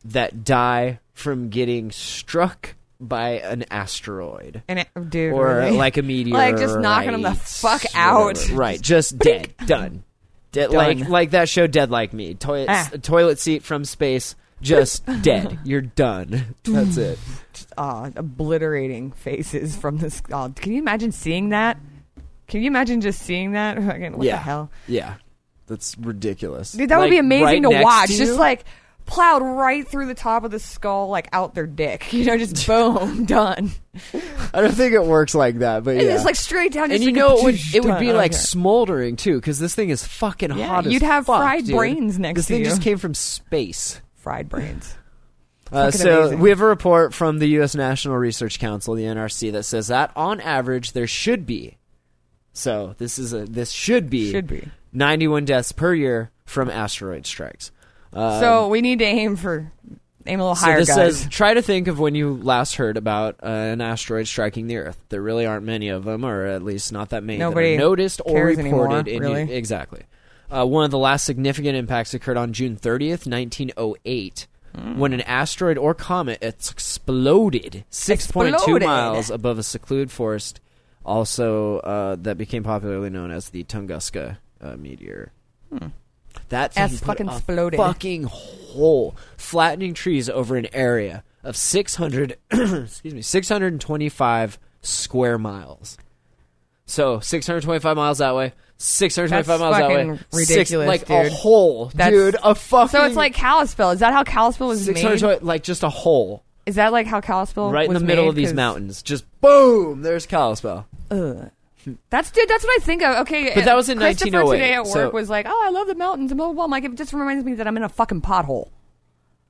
Speaker 1: that die from getting struck by an asteroid
Speaker 2: And it, dude,
Speaker 1: or
Speaker 2: really?
Speaker 1: like a meteor,
Speaker 2: Like, just knocking 'em the fuck out.
Speaker 1: right? Just dead, done, dead, like
Speaker 2: Done.
Speaker 1: like that show, Dead Like Me, toilet
Speaker 2: Ah.
Speaker 1: toilet seat from space, just dead. You're done. That's it.
Speaker 2: uh, obliterating faces from this. Uh, can you imagine seeing that? Can you imagine just seeing that? Fucking, what
Speaker 1: yeah,
Speaker 2: the hell?
Speaker 1: yeah, that's ridiculous.
Speaker 2: Dude, that would
Speaker 1: Like,
Speaker 2: be amazing
Speaker 1: right
Speaker 2: to
Speaker 1: next
Speaker 2: watch.
Speaker 1: you?
Speaker 2: just like plowed right through the top of the skull, like out their dick. You know, just boom, done.
Speaker 1: I don't think it works like that, but
Speaker 2: And
Speaker 1: yeah.
Speaker 2: it's like straight down.
Speaker 1: and
Speaker 2: just
Speaker 1: you
Speaker 2: like
Speaker 1: know it would
Speaker 2: a-
Speaker 1: it would be
Speaker 2: done.
Speaker 1: like
Speaker 2: Okay.
Speaker 1: smoldering too because this thing is fucking
Speaker 2: Yeah,
Speaker 1: hot. as
Speaker 2: you'd have
Speaker 1: fuck,
Speaker 2: fried
Speaker 1: dude.
Speaker 2: brains next
Speaker 1: This
Speaker 2: to
Speaker 1: thing
Speaker 2: you.
Speaker 1: just came from space.
Speaker 2: fried brains.
Speaker 1: Uh,
Speaker 2: Fucking
Speaker 1: so
Speaker 2: amazing.
Speaker 1: we have a report from the U.S. National Research Council, the NRC, that says that on average there should be. So this is a this should be
Speaker 2: Should be.
Speaker 1: 91 deaths per year from asteroid strikes. Uh,
Speaker 2: so we need to aim for aim a little
Speaker 1: so
Speaker 2: higher,
Speaker 1: this
Speaker 2: guys.
Speaker 1: says try to think of when you last heard about uh, an asteroid striking the Earth. There really aren't many of them, or at least not that many. that are
Speaker 2: Nobody
Speaker 1: noticed or
Speaker 2: cares
Speaker 1: reported.
Speaker 2: anymore,
Speaker 1: in-
Speaker 2: really.
Speaker 1: exactly. Uh, one of the last significant impacts occurred on June 30th, 1908, when an asteroid or comet ex- exploded 6.2
Speaker 2: Exploded.
Speaker 1: miles above a secluded forest, also uh, that became popularly known as the Tunguska uh, meteor. That thing
Speaker 2: That's
Speaker 1: put
Speaker 2: fucking
Speaker 1: a
Speaker 2: exploded.
Speaker 1: fucking hole, flattening trees over an area of 600, excuse me, 625 square miles. So 625 miles that way, 625
Speaker 2: That's
Speaker 1: miles that way,
Speaker 2: fucking ridiculous,
Speaker 1: like a
Speaker 2: dude.
Speaker 1: hole,
Speaker 2: That's-
Speaker 1: dude, a fucking.
Speaker 2: so it's like Kalispell. Is that how Kalispell was made?
Speaker 1: 620, like just a hole
Speaker 2: Is that like how Kalispell
Speaker 1: right in
Speaker 2: was
Speaker 1: the middle
Speaker 2: made?
Speaker 1: of these
Speaker 2: 'Cause-
Speaker 1: mountains. Just boom, there's Kalispell.
Speaker 2: Ugh. That's dude. That's what I think of. Okay,
Speaker 1: But that was in
Speaker 2: Christopher
Speaker 1: 1908,
Speaker 2: today at work
Speaker 1: so-
Speaker 2: was like, "Oh, I love the mountains." And blah blah blah. I'm like, it just reminds me that I'm in a fucking pothole.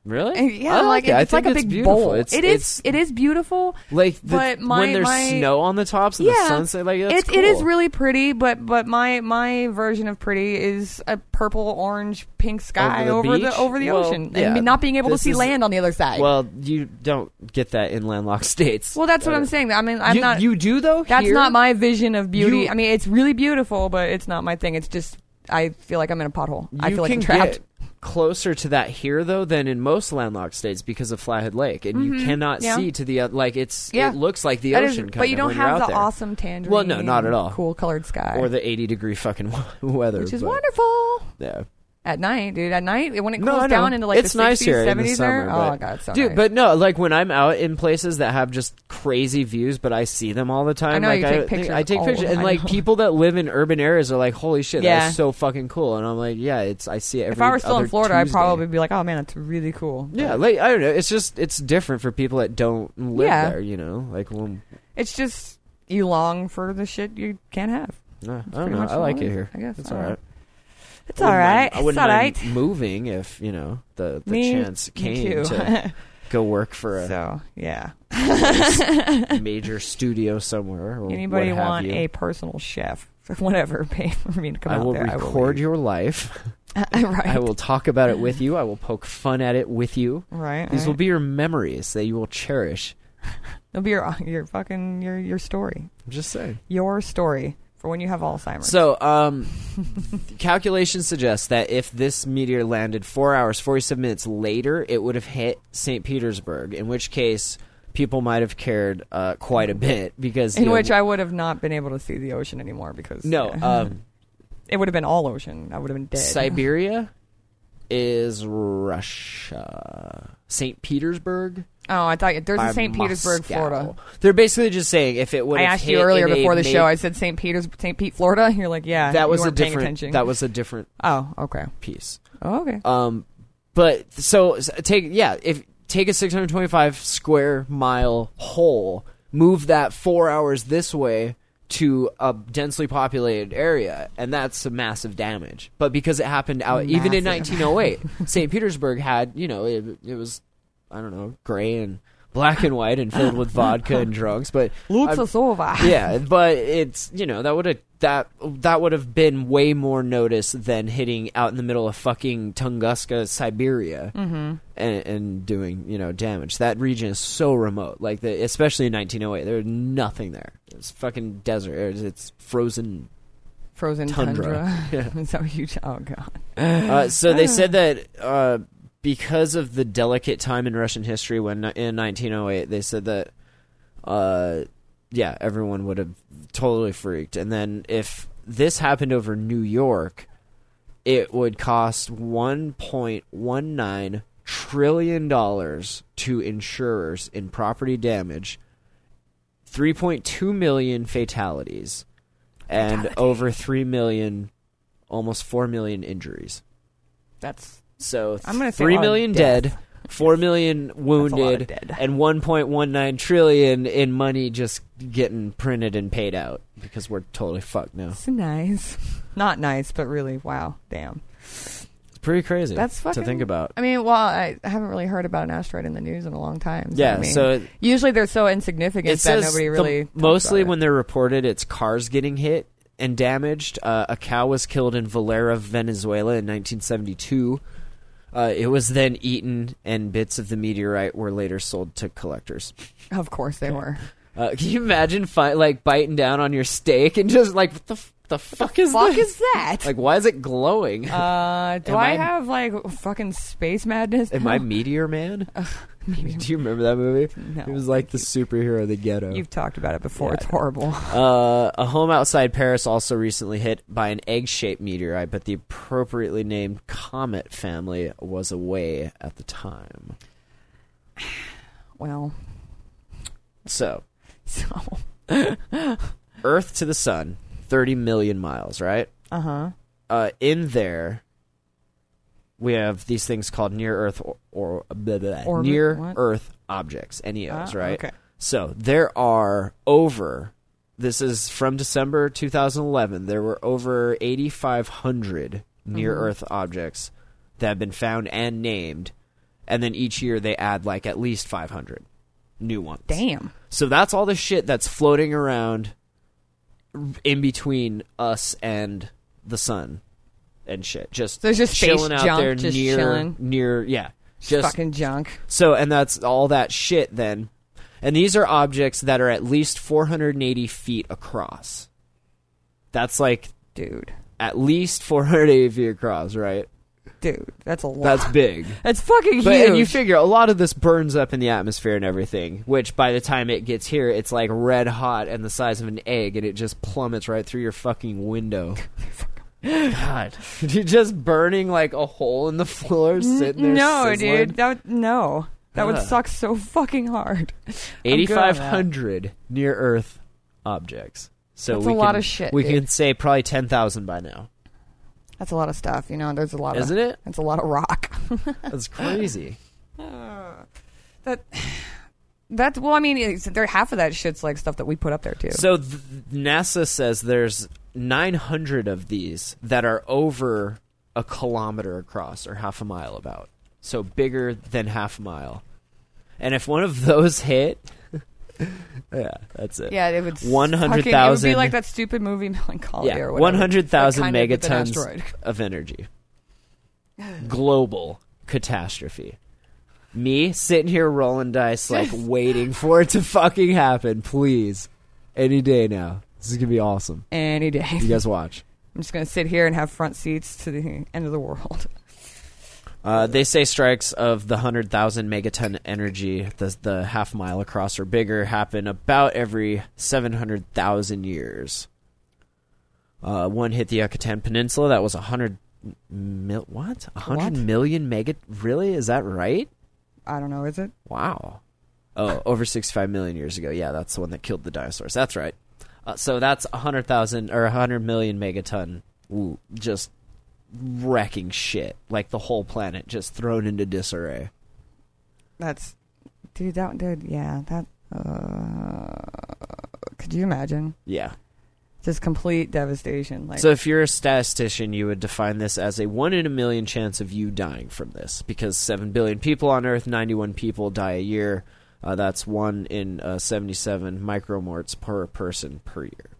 Speaker 1: Really?
Speaker 2: And, Uh, yeah,
Speaker 1: I
Speaker 2: I'm
Speaker 1: like
Speaker 2: like
Speaker 1: it. I
Speaker 2: it's like a
Speaker 1: think it's
Speaker 2: big
Speaker 1: beautiful.
Speaker 2: bowl.
Speaker 1: It's-
Speaker 2: it
Speaker 1: it's-
Speaker 2: is. it is beautiful.
Speaker 1: Like the,
Speaker 2: but my,
Speaker 1: when there's
Speaker 2: my,
Speaker 1: snow on the tops and the sunset, like that's
Speaker 2: it's, it is
Speaker 1: cool.
Speaker 2: really pretty, but but my my version of pretty is a purple, orange, pink sky
Speaker 1: Over the
Speaker 2: over the over
Speaker 1: beach?
Speaker 2: the,
Speaker 1: Well,
Speaker 2: ocean,
Speaker 1: yeah.
Speaker 2: and not being able
Speaker 1: This
Speaker 2: to see
Speaker 1: is-
Speaker 2: land on the other side.
Speaker 1: Well, you don't get that in landlocked states.
Speaker 2: Well, that's what
Speaker 1: Uh,
Speaker 2: I'm saying. I mean, I'm
Speaker 1: you,
Speaker 2: not.
Speaker 1: You do though.
Speaker 2: that's
Speaker 1: here?
Speaker 2: not my vision of beauty.
Speaker 1: You-
Speaker 2: I mean, it's really beautiful, but it's not my thing. It's just I feel like I'm in a pothole. I
Speaker 1: you
Speaker 2: feel like
Speaker 1: can
Speaker 2: I'm trapped.
Speaker 1: get closer to that here though than in most landlocked states because of Flathead Lake, and you cannot
Speaker 2: Mm-hmm. yeah.
Speaker 1: see to the oth- like it's.
Speaker 2: Yeah.
Speaker 1: It looks like the
Speaker 2: That is-
Speaker 1: ocean, kind
Speaker 2: but you
Speaker 1: of,
Speaker 2: don't
Speaker 1: when you're
Speaker 2: have
Speaker 1: out
Speaker 2: the
Speaker 1: there.
Speaker 2: awesome tangerine.
Speaker 1: Well, no, not at all.
Speaker 2: Cool colored sky,
Speaker 1: or the 80 degree fucking weather,
Speaker 2: which is
Speaker 1: but-
Speaker 2: wonderful.
Speaker 1: Yeah.
Speaker 2: At night, dude. At night, when it
Speaker 1: No, I
Speaker 2: cools
Speaker 1: know.
Speaker 2: down into like
Speaker 1: it's
Speaker 2: the 60s,
Speaker 1: nicer
Speaker 2: 70s,
Speaker 1: in the summer.
Speaker 2: there.
Speaker 1: but-
Speaker 2: oh god, it's so
Speaker 1: dude,
Speaker 2: nice.
Speaker 1: but no, like when I'm out in places that have just crazy views, but I see them all the time.
Speaker 2: I know,
Speaker 1: like
Speaker 2: you
Speaker 1: I,
Speaker 2: take pictures
Speaker 1: I take
Speaker 2: all
Speaker 1: pictures,
Speaker 2: the
Speaker 1: and
Speaker 2: time.
Speaker 1: like people that live in urban areas are like, "Holy shit,
Speaker 2: Yeah.
Speaker 1: that's so fucking cool!" And I'm like, "Yeah, it's I see it every."
Speaker 2: if I were still
Speaker 1: other
Speaker 2: in Florida, I'd
Speaker 1: Tuesday."
Speaker 2: probably be like, "Oh man, that's really cool."
Speaker 1: Yeah, like I don't know. It's just it's different for people that don't live
Speaker 2: Yeah.
Speaker 1: there. You know, like when
Speaker 2: It's just you long for the shit you can't have.
Speaker 1: uh, I don't
Speaker 2: pretty
Speaker 1: know.
Speaker 2: much
Speaker 1: I like
Speaker 2: all it
Speaker 1: it
Speaker 2: is,
Speaker 1: here.
Speaker 2: I guess.
Speaker 1: it's
Speaker 2: I
Speaker 1: all
Speaker 2: don't
Speaker 1: right.
Speaker 2: It's all right.
Speaker 1: I
Speaker 2: It's
Speaker 1: wouldn't
Speaker 2: all
Speaker 1: mind
Speaker 2: right.
Speaker 1: moving if you know the, the
Speaker 2: Me-
Speaker 1: chance
Speaker 2: me
Speaker 1: came
Speaker 2: too.
Speaker 1: to go work for a
Speaker 2: so yeah.
Speaker 1: major studio somewhere. Or
Speaker 2: Anybody
Speaker 1: what have
Speaker 2: want
Speaker 1: you.
Speaker 2: a personal chef? Whatever, pay for me to come
Speaker 1: I
Speaker 2: out
Speaker 1: will
Speaker 2: there.
Speaker 1: record your life.
Speaker 2: I will. right.
Speaker 1: I will talk about it with you. I will poke fun at it with you.
Speaker 2: Right.
Speaker 1: These
Speaker 2: right.
Speaker 1: will be your memories that you will cherish.
Speaker 2: It'll be your uh, your fucking your your story.
Speaker 1: I'm just saying.
Speaker 2: Your story for when you have Alzheimer's.
Speaker 1: So, um, calculations suggest that if this meteor landed four hours, 47 minutes later, it would have hit St. Petersburg, in which case people might have cared uh, quite a bit because.
Speaker 2: in
Speaker 1: you know,
Speaker 2: which I would have not been able to see the ocean anymore because
Speaker 1: No,
Speaker 2: yeah.
Speaker 1: um,
Speaker 2: it would have been all ocean. I would have been dead.
Speaker 1: Siberia is Russia. St. Petersburg?
Speaker 2: Oh, I thought you, there's
Speaker 1: by
Speaker 2: a St. Petersburg,
Speaker 1: Moscow.
Speaker 2: Florida.
Speaker 1: They're basically just saying if it would
Speaker 2: I
Speaker 1: have
Speaker 2: asked
Speaker 1: hit
Speaker 2: you earlier
Speaker 1: in a
Speaker 2: before the show.
Speaker 1: ma-
Speaker 2: I said St. Peter's, St. Pete, Florida. You're like, yeah,
Speaker 1: that
Speaker 2: you
Speaker 1: was a
Speaker 2: weren't paying
Speaker 1: different
Speaker 2: attention.
Speaker 1: that was a different
Speaker 2: oh, okay,
Speaker 1: piece.
Speaker 2: oh, okay.
Speaker 1: Um, but so s- take yeah, if take a 625 square mile hole, move that four hours this way to a densely populated area, and that's a massive damage. But because it happened out even in
Speaker 2: Massive.
Speaker 1: 1908, St. Petersburg had you know it, it was I don't know gray and black and white and filled with vodka and drunks, but
Speaker 2: Looks
Speaker 1: I'm-
Speaker 2: us over.
Speaker 1: uh, yeah, but it's you know that would have that that would have been way more notice than hitting out in the middle of fucking Tunguska, Siberia, and, and doing you know damage. That region is so remote, like the, especially in 1908, there was nothing there. It's fucking desert. It's, it's frozen.
Speaker 2: Frozen
Speaker 1: Tundra.
Speaker 2: tundra. so huge. Oh god.
Speaker 1: Uh, so they said that. Uh, because of the delicate time in Russian history when in 1908 they said that uh, yeah, everyone would have totally freaked. And then if this happened over New York, it would cost 1.19 trillion dollars to insurers in property damage, 3.2 million fatalities, and over 3 million, almost 4 million injuries.
Speaker 2: That's
Speaker 1: So
Speaker 2: I'm gonna say
Speaker 1: three
Speaker 2: a lot of
Speaker 1: million
Speaker 2: death.
Speaker 1: dead, four million wounded,
Speaker 2: dead.
Speaker 1: and one point one nine trillion in money just getting printed and paid out because we're totally fucked now.
Speaker 2: it's nice. Not nice, but really, wow, damn.
Speaker 1: It's pretty crazy.
Speaker 2: That's fucking.
Speaker 1: to think about.
Speaker 2: I mean, well, I I haven't really heard about an asteroid in the news in a long time. So
Speaker 1: Yeah,
Speaker 2: I mean,
Speaker 1: so it-
Speaker 2: usually they're so insignificant
Speaker 1: It
Speaker 2: that
Speaker 1: says
Speaker 2: nobody
Speaker 1: the-
Speaker 2: really. talks
Speaker 1: mostly
Speaker 2: about it.
Speaker 1: when they're reported, it's cars getting hit and damaged. Uh, a cow was killed in Valera, Venezuela, in 1972. Uh, it was then eaten, and bits of the meteorite were later sold to collectors.
Speaker 2: Of course they were.
Speaker 1: Uh, can you imagine fi- like biting down on your steak and just like what the f- the fuck is
Speaker 2: Fuck
Speaker 1: this?
Speaker 2: is that?
Speaker 1: like why is it glowing?
Speaker 2: uh, do
Speaker 1: Am
Speaker 2: I,
Speaker 1: I-
Speaker 2: have like fucking space madness?
Speaker 1: Am I Meteor Man? Do you remember that movie?
Speaker 2: Uh, No.
Speaker 1: It was like the superhero of the ghetto.
Speaker 2: You've talked about it before.
Speaker 1: Yeah.
Speaker 2: It's horrible.
Speaker 1: Uh, a home outside Paris also recently hit by an egg-shaped meteorite, but the appropriately named Comet family was away at the time.
Speaker 2: Well,
Speaker 1: So,
Speaker 2: so
Speaker 1: Earth to the sun, 30 million miles, right?
Speaker 2: uh huh.
Speaker 1: uh, in there, we have these things called near Earth or, or blah, blah, blah,
Speaker 2: Orbit-
Speaker 1: near
Speaker 2: what?
Speaker 1: Earth objects, NEOs,
Speaker 2: Ah,
Speaker 1: right?
Speaker 2: okay.
Speaker 1: So there are over. This is from December 2011. There were over 8,500 near
Speaker 2: Mm-hmm.
Speaker 1: Earth objects that have been found and named, and then each year they add like at least 500 new ones.
Speaker 2: Damn.
Speaker 1: So that's all the shit that's floating around in between us and the sun and shit. Just
Speaker 2: So it's just space
Speaker 1: chilling out
Speaker 2: junk,
Speaker 1: there
Speaker 2: just
Speaker 1: near
Speaker 2: chilling.
Speaker 1: near yeah. Just
Speaker 2: fucking junk.
Speaker 1: so and that's all that shit then. And these are objects that are at least 480 feet across. That's like
Speaker 2: Dude.
Speaker 1: at least 480 feet across, right?
Speaker 2: Dude. That's a lot.
Speaker 1: That's big.
Speaker 2: That's fucking
Speaker 1: But
Speaker 2: huge.
Speaker 1: and you figure a lot of this burns up in the atmosphere and everything, which by the time it gets here, it's like red hot and the size of an egg, and it just plummets right through your fucking window. God, you're just burning like a hole in the floor, sitting there.
Speaker 2: no,
Speaker 1: sizzling.
Speaker 2: dude. That would- no. That would
Speaker 1: Ugh.
Speaker 2: suck so fucking hard. I'm good on that.
Speaker 1: 8,500 near Earth objects. So
Speaker 2: That's
Speaker 1: we
Speaker 2: a lot
Speaker 1: can-
Speaker 2: of shit,
Speaker 1: We
Speaker 2: dude.
Speaker 1: can say probably ten thousand by now,
Speaker 2: That's a lot of stuff. You know, there's a lot.
Speaker 1: isn't
Speaker 2: of,
Speaker 1: it?
Speaker 2: That's a lot of rock.
Speaker 1: That's crazy.
Speaker 2: that. That's well. I mean, it's, there half of that shit's like stuff that we put up there too.
Speaker 1: So th- NASA says there's 900 of these that are over a kilometer across or half a mile about. So bigger than half a mile. And if one of those hit, yeah, that's it.
Speaker 2: Yeah, it would s-
Speaker 1: 100,000
Speaker 2: fucking- It would be like that stupid movie Melancholy
Speaker 1: Yeah,
Speaker 2: or whatever.
Speaker 1: one hundred thousand
Speaker 2: Like, kind of with an
Speaker 1: megatons
Speaker 2: asteroid.
Speaker 1: of energy. Global catastrophe. Me sitting here rolling dice, like waiting for it to fucking happen. Please, any day now. This is gonna be awesome.
Speaker 2: Any day.
Speaker 1: You guys watch.
Speaker 2: I'm just gonna sit here and have front seats to the end of the world.
Speaker 1: Uh, they say strikes of the 100,000 megaton energy, the, the half mile across or bigger, happen about every 700,000 years. Uh, one hit the Yucatan Peninsula. That was 100 mil. What? A hundred
Speaker 2: What?
Speaker 1: million mega. Really? Is that right?
Speaker 2: I don't know, is it?
Speaker 1: Wow. Oh, over 65 million years ago. Yeah, that's the one that killed the dinosaurs. That's right. Uh, so that's 100,000 or 100 million megaton ooh, just wrecking shit. Like the whole planet just thrown into disarray.
Speaker 2: That's dude. That dude. Yeah. That. Uh, could you imagine?
Speaker 1: Yeah.
Speaker 2: Just complete devastation. Like
Speaker 1: So if you're a statistician, you would define this as a one in a million chance of you dying from this because 7 billion people on Earth, 91 people die a year. Uh, that's one in uh, 77 micromorts per person per year,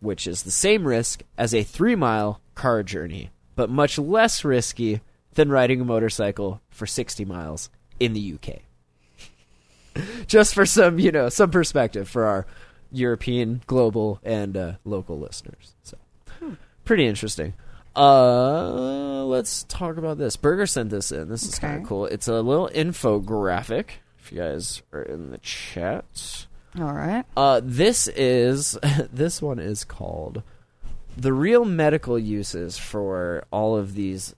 Speaker 1: which is the same risk as a three mile car journey, but much less risky than riding a motorcycle for 60 miles in the UK. Just for some, you know, some perspective for our European, global, and uh, local listeners. So pretty interesting. Uh, let's talk about this. Burger sent this in. This is
Speaker 2: Okay.
Speaker 1: kind of cool. It's a little infographic. If you guys are in the chat,
Speaker 2: all right.
Speaker 1: uh, this is this one is called the real medical uses for all of these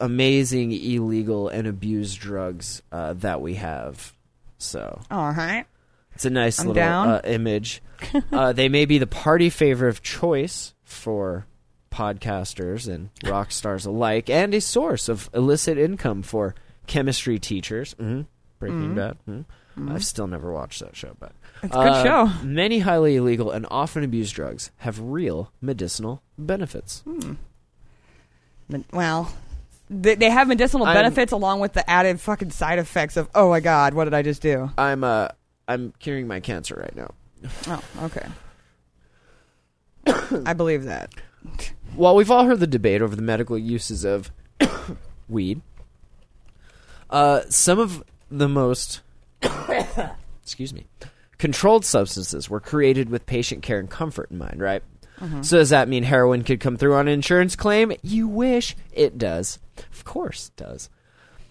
Speaker 1: amazing illegal and abused drugs uh, that we have. So
Speaker 2: All right.
Speaker 1: it's a nice
Speaker 2: I'm
Speaker 1: little
Speaker 2: down.
Speaker 1: Uh, image. uh, they may be the party favor of choice for podcasters and rock stars alike, and a source of illicit income for chemistry teachers. hmm Breaking Bad. mhm. I've still never watched that show, but
Speaker 2: Mm-hmm.
Speaker 1: uh,
Speaker 2: It's a good show.
Speaker 1: Many highly illegal and often abused drugs have real medicinal benefits.
Speaker 2: Hmm. Men- Well, they, they have medicinal
Speaker 1: I'm-
Speaker 2: benefits along with the added fucking side effects of oh my god, what did I just do?
Speaker 1: I'm uh, I'm curing my cancer right now.
Speaker 2: Oh, okay. I believe that.
Speaker 1: Well, we've all heard the debate over the medical uses of weed. Uh, some of the most, excuse me, controlled substances were created with patient care and comfort in mind, right?
Speaker 2: Mm-hmm.
Speaker 1: So does that mean heroin could come through on an insurance claim? You wish it does. Of course, it does.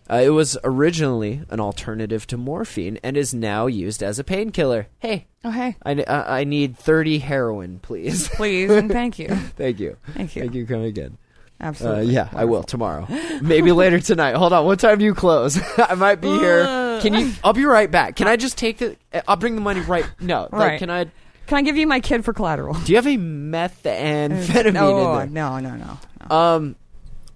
Speaker 1: Uh, it was originally an alternative to morphine and is now used as a painkiller. Hey,
Speaker 2: Oh hey,
Speaker 1: I, I, I need thirty heroin, please.
Speaker 2: please and thank you.
Speaker 1: Thank you.
Speaker 2: Thank you.
Speaker 1: Thank you. Come again. Uh,
Speaker 2: Absolutely.
Speaker 1: yeah, I will tomorrow. Maybe later tonight. Hold on. What time do you close? I might be here. Can you? I'll be right back. Can I just take the? I'll bring the money right. No. like,
Speaker 2: Uh, Right.
Speaker 1: Can I?
Speaker 2: Can I give you my kid for collateral?
Speaker 1: Do you have a methamphetamine
Speaker 2: no,
Speaker 1: in there?
Speaker 2: no, no, no.
Speaker 1: Um,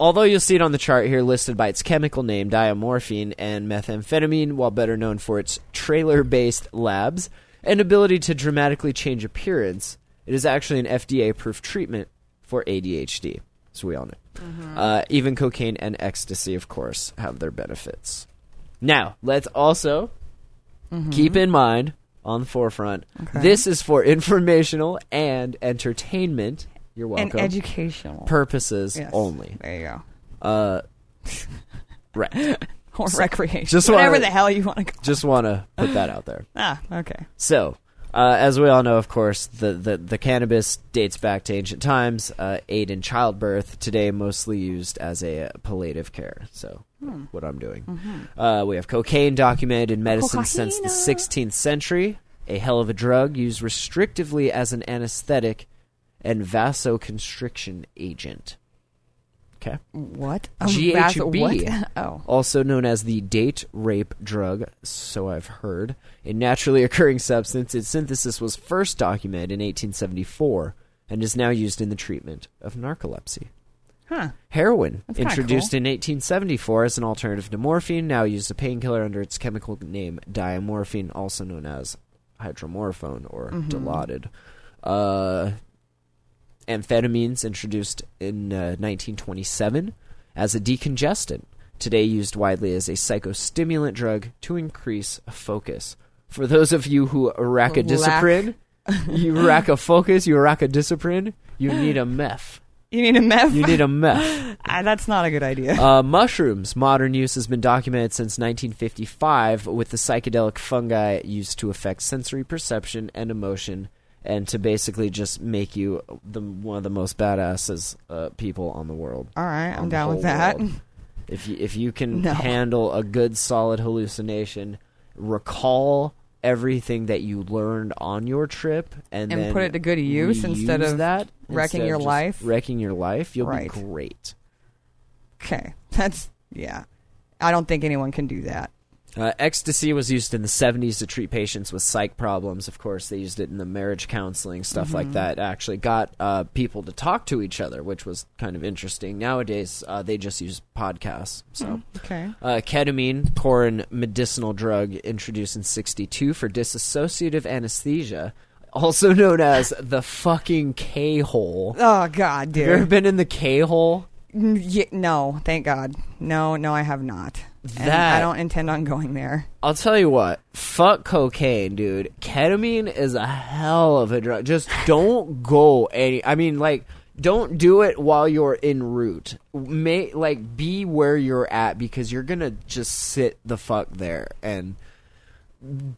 Speaker 1: although you'll see it on the chart here, listed by its chemical name, diamorphine and methamphetamine, while better known for its trailer-based labs and ability to dramatically change appearance, it is actually an FDA-approved treatment for ADHD. So we all know.
Speaker 2: Mm-hmm.
Speaker 1: Uh, even cocaine and ecstasy, of course, have their benefits. Now, let's also
Speaker 2: Mm-hmm.
Speaker 1: keep in mind on the forefront this is for informational and entertainment. You're welcome
Speaker 2: And educational.
Speaker 1: purposes
Speaker 2: Yes.
Speaker 1: only.
Speaker 2: There you go.
Speaker 1: Uh, right.
Speaker 2: Or recreation.
Speaker 1: just
Speaker 2: whatever
Speaker 1: wanna-
Speaker 2: the hell you want to. call
Speaker 1: Just want to put that out there.
Speaker 2: Ah, okay.
Speaker 1: So, uh, as we all know, of course, the, the, the cannabis dates back to ancient times, uh, aid in childbirth, today mostly used as a palliative care. So, what I'm doing. Uh, we have cocaine documented in medicine since the
Speaker 2: Cocaina.
Speaker 1: 16th century, a hell of a drug used restrictively as an anesthetic and vasoconstriction agent. Okay.
Speaker 2: What?
Speaker 1: GHB.
Speaker 2: Um, That's what? Oh.
Speaker 1: also known as the date rape drug, so I've heard. A naturally occurring substance, its synthesis was first documented in 1874 and is now used in the treatment of narcolepsy.
Speaker 2: Huh.
Speaker 1: Heroin,
Speaker 2: That's kinda
Speaker 1: introduced in 1874 as an alternative to morphine, now used as a painkiller under its chemical name diamorphine, also known as hydromorphone or
Speaker 2: Mm-hmm.
Speaker 1: dilaudid. Uh, amphetamines, introduced in uh, 1927, as a decongestant, today used widely as a psychostimulant drug to increase focus. For those of you who rack a discipline, you rack a focus, you rack a discipline, you need a meth.
Speaker 2: You need a meth.
Speaker 1: You need a meth.
Speaker 2: Ah, that's not a good idea.
Speaker 1: Uh, mushrooms. Modern use has been documented since 1955 with the psychedelic fungi used to affect sensory perception and emotion and to basically just make you the, one of the most badasses uh, people on the world.
Speaker 2: All right, I'm
Speaker 1: on the
Speaker 2: down with
Speaker 1: whole
Speaker 2: that.
Speaker 1: world. If you, if you can
Speaker 2: No.
Speaker 1: handle a good solid hallucination, recall everything that you learned on your trip and,
Speaker 2: And
Speaker 1: then
Speaker 2: put it to good use instead
Speaker 1: reuse
Speaker 2: of
Speaker 1: that instead
Speaker 2: wrecking
Speaker 1: of
Speaker 2: your
Speaker 1: just
Speaker 2: life.
Speaker 1: Wrecking your life, you'll
Speaker 2: Right.
Speaker 1: be great.
Speaker 2: Okay, that's yeah. I don't think anyone can do that.
Speaker 1: Uh, ecstasy was used in the 70s to treat patients with psych problems. Of course, they used it in the marriage counseling, stuff like that. Actually, got uh, people to talk to each other, which was kind of interesting. Nowadays, uh, they just use podcasts. So.
Speaker 2: Okay.
Speaker 1: Uh, ketamine, foreign medicinal drug introduced in 62 for disassociative anesthesia, also known as the fucking K hole.
Speaker 2: Oh God,
Speaker 1: You ever
Speaker 2: dude.
Speaker 1: been in the K hole?
Speaker 2: N- ye- no, thank God. No, no, I have not. And
Speaker 1: That-
Speaker 2: I don't intend on going there.
Speaker 1: I'll tell you what, fuck cocaine, dude. Ketamine is a hell of a drug. Just don't go any. I mean, like, don't do it while you're en route. May like be where you're at because you're gonna just sit the fuck there and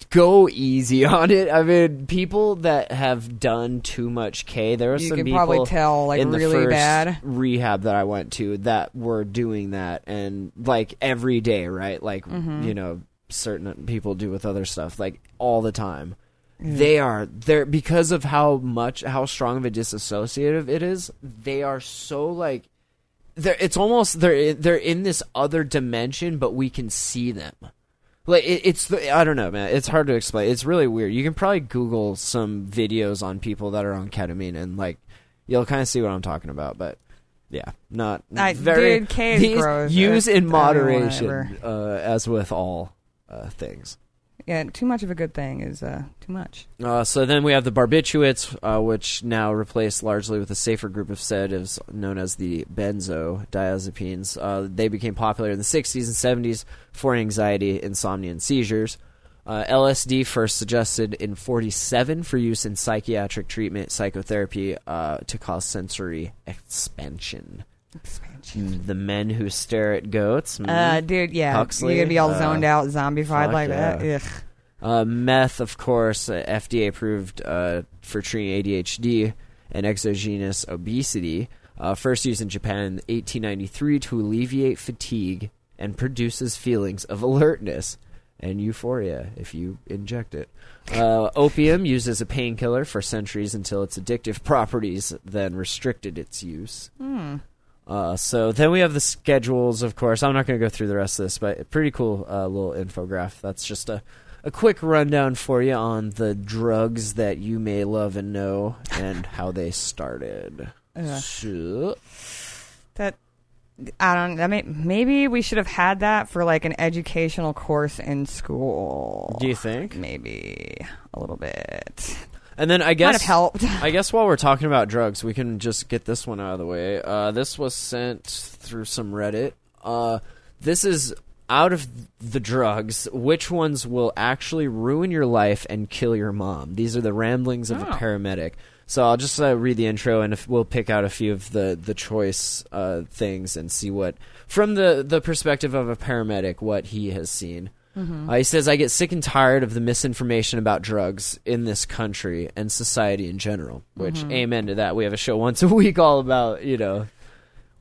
Speaker 1: go easy on it. I mean, people that have done too much K, there are
Speaker 2: You
Speaker 1: some
Speaker 2: can
Speaker 1: people
Speaker 2: probably tell, like,
Speaker 1: in the
Speaker 2: really
Speaker 1: first
Speaker 2: bad.
Speaker 1: rehab that I went to that were doing that and like every day, right? Like
Speaker 2: Mm-hmm.
Speaker 1: you know, certain people do with other stuff, like all the time. They are they're because of how much how strong of a disassociative it is. They are so like they're it's almost they're in- they're in this other dimension, but we can see them. Like it, it's the I don't know, man. It's hard to explain. It's really weird. You can probably Google some videos on people that are on ketamine, and like you'll kind of see what I'm talking about. But yeah, not
Speaker 2: I-
Speaker 1: very.
Speaker 2: dude, K is
Speaker 1: these-
Speaker 2: gross.
Speaker 1: Use
Speaker 2: It's- I
Speaker 1: in
Speaker 2: don't
Speaker 1: moderation,
Speaker 2: wanna
Speaker 1: uh, as with all uh, things.
Speaker 2: Yeah, too much of a good thing is uh, too much.
Speaker 1: Uh, so then we have the barbiturates, uh, which now replaced largely with a safer group of sedatives known as the benzodiazepines. Uh, they became popular in the 60s and 70s for anxiety, insomnia, and seizures. Uh, LSD first suggested in 47 for use in psychiatric treatment, psychotherapy uh, to cause sensory expansion. Mm,
Speaker 2: Expansion.
Speaker 1: The men who stare at goats. mm.
Speaker 2: Uh, dude, yeah,
Speaker 1: Huxley,
Speaker 2: you're gonna be all
Speaker 1: uh,
Speaker 2: zoned out, zombified
Speaker 1: fuck
Speaker 2: like
Speaker 1: yeah.
Speaker 2: that. Ugh.
Speaker 1: Uh, meth, of course, uh, FDA approved uh, for treating ADHD and exogenous obesity. Uh, first used in Japan in 1893 to alleviate fatigue and produces feelings of alertness and euphoria if you inject it. Uh, opium, used as a painkiller for centuries until its addictive properties then restricted its use. Uh, so then we have the schedules, of course. I'm not going to go through the rest of this, but pretty cool uh, little infograph. That's just a, a quick rundown for you on the drugs that you may love and know and how they started.
Speaker 2: Uh,
Speaker 1: So-
Speaker 2: That I don't. I mean, maybe we should have had that for like an educational course in school.
Speaker 1: do you think?
Speaker 2: Maybe a little bit.
Speaker 1: And then I
Speaker 2: Might
Speaker 1: guess
Speaker 2: have helped.
Speaker 1: I guess while we're talking about drugs, we can just get this one out of the way. Uh, this was sent through some Reddit. Uh, this is out of the drugs, which ones will actually ruin your life and kill your mom? These are the ramblings of a paramedic. So I'll just uh, read the intro, and if we'll pick out a few of the the choice uh, things and see what, from the the perspective of a paramedic, what he has seen. Uh, he says, I get sick and tired of the misinformation about drugs in this country and society in general, which, amen to that. We have a show once a week all about, you know,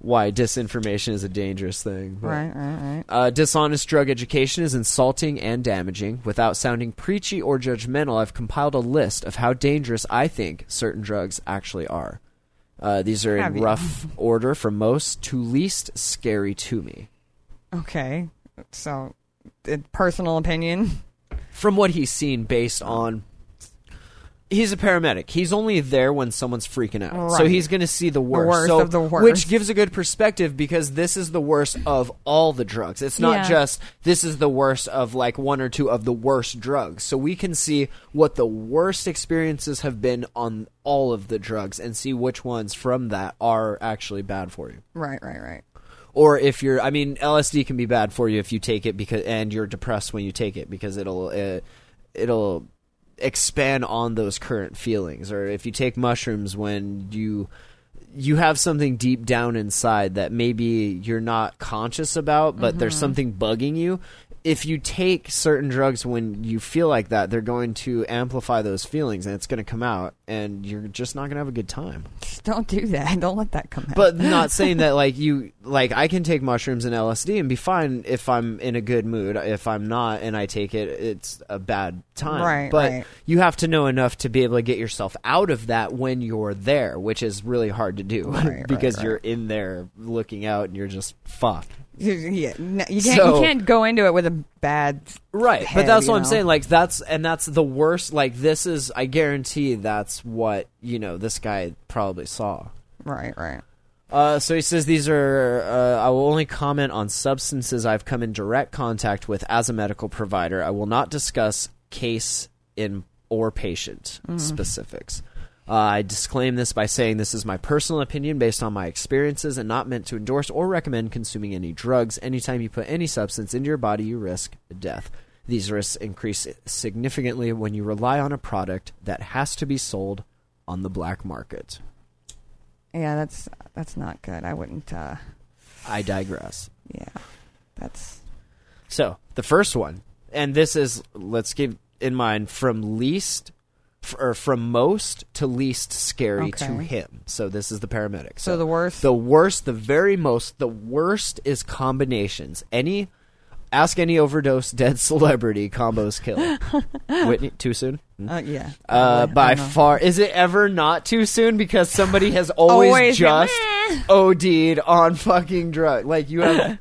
Speaker 1: why disinformation is a dangerous thing. But-
Speaker 2: Right, right, right.
Speaker 1: uh, dishonest drug education is insulting and damaging. Without sounding preachy or judgmental, I've compiled a list of how dangerous I think certain drugs actually are. Uh, these are
Speaker 2: Have
Speaker 1: in
Speaker 2: you?
Speaker 1: rough order from most to least scary to me.
Speaker 2: Okay. So, uh, personal opinion.
Speaker 1: from what he's seen based on he's a paramedic he's only there when someone's freaking out so
Speaker 2: Right.
Speaker 1: he's going to see the worst,
Speaker 2: worst
Speaker 1: So-
Speaker 2: of the worst.
Speaker 1: which gives a good perspective because this is the worst of all the drugs it's not
Speaker 2: Yeah.
Speaker 1: just this is the worst of like one or two of the worst drugs so we can see what the worst experiences have been on all of the drugs and see which ones from that are actually bad for you
Speaker 2: Right, right, right.
Speaker 1: Or if you're, I mean, LSD can be bad for you if you take it because, and you're depressed when you take it because it'll, uh, it'll expand on those current feelings. Or if you take mushrooms when you, you have something deep down inside that maybe you're not conscious about, but there's something bugging you. If you take certain drugs when you feel like that, they're going to amplify those feelings and it's going to come out, and you're just not going to have a good time.
Speaker 2: Don't do that. Don't let that come out.
Speaker 1: But not saying that, like, you, like, I can take mushrooms and LSD and be fine if I'm in a good mood. If I'm not and I take it, it's a bad time.
Speaker 2: Right,
Speaker 1: But
Speaker 2: right.
Speaker 1: you have to know enough to be able to get yourself out of that when you're there, which is really hard to do
Speaker 2: right,
Speaker 1: because
Speaker 2: right.
Speaker 1: you're in there looking out and you're just fucked.
Speaker 2: yeah, no, you can't.
Speaker 1: So-
Speaker 2: you can't go into it with a bad.
Speaker 1: Right,
Speaker 2: head,
Speaker 1: but that's
Speaker 2: you
Speaker 1: what I'm
Speaker 2: know?
Speaker 1: saying. Like that's and that's the worst. Like this is, I guarantee that's what you know. This guy probably saw.
Speaker 2: Right, right.
Speaker 1: Uh, so he says these are. Uh, I will only comment on substances I've come in direct contact with as a medical provider. I will not discuss case in or patient specifics. Uh, I disclaim this by saying this is my personal opinion based on my experiences and not meant to endorse or recommend consuming any drugs. Anytime you put any substance into your body, you risk death. These risks increase significantly when you rely on a product that has to be sold on the black market.
Speaker 2: Yeah, that's that's not good. I wouldn't. uh
Speaker 1: I digress.
Speaker 2: Yeah, that's
Speaker 1: So the first one, and this is let's keep in mind from least f- or from most to least scary to
Speaker 2: Okay.
Speaker 1: him. So this is the paramedic.
Speaker 2: So the worst-
Speaker 1: the worst, the very most, the worst is combinations. Any ask any overdose dead celebrity combos kill. Whitney, too soon.
Speaker 2: uh, yeah.
Speaker 1: Uh,
Speaker 2: probably. I
Speaker 1: by
Speaker 2: don't know.
Speaker 1: far, is it ever not too soon? Because somebody has always,
Speaker 2: Always been,
Speaker 1: just OD'd on fucking drug. Like you have,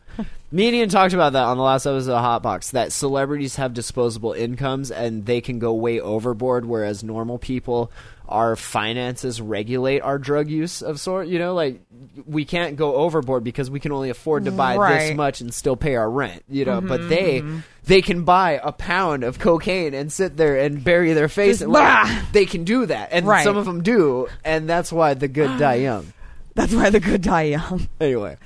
Speaker 1: me and Ian talked about that on the last episode of Hot Box. That celebrities have disposable incomes and they can go way overboard, whereas normal people, our finances regulate our drug use of sort. You know, like we can't go overboard because we can only afford to buy this
Speaker 2: Right. Mm-hmm,
Speaker 1: much and still pay our rent. You know, but they. They can buy a pound of cocaine and sit there and bury their face
Speaker 2: Just
Speaker 1: and like,
Speaker 2: bah!
Speaker 1: they can do that, and
Speaker 2: Right.
Speaker 1: some of them do, and that's why the good die young.
Speaker 2: That's why the good die young.
Speaker 1: Anyway,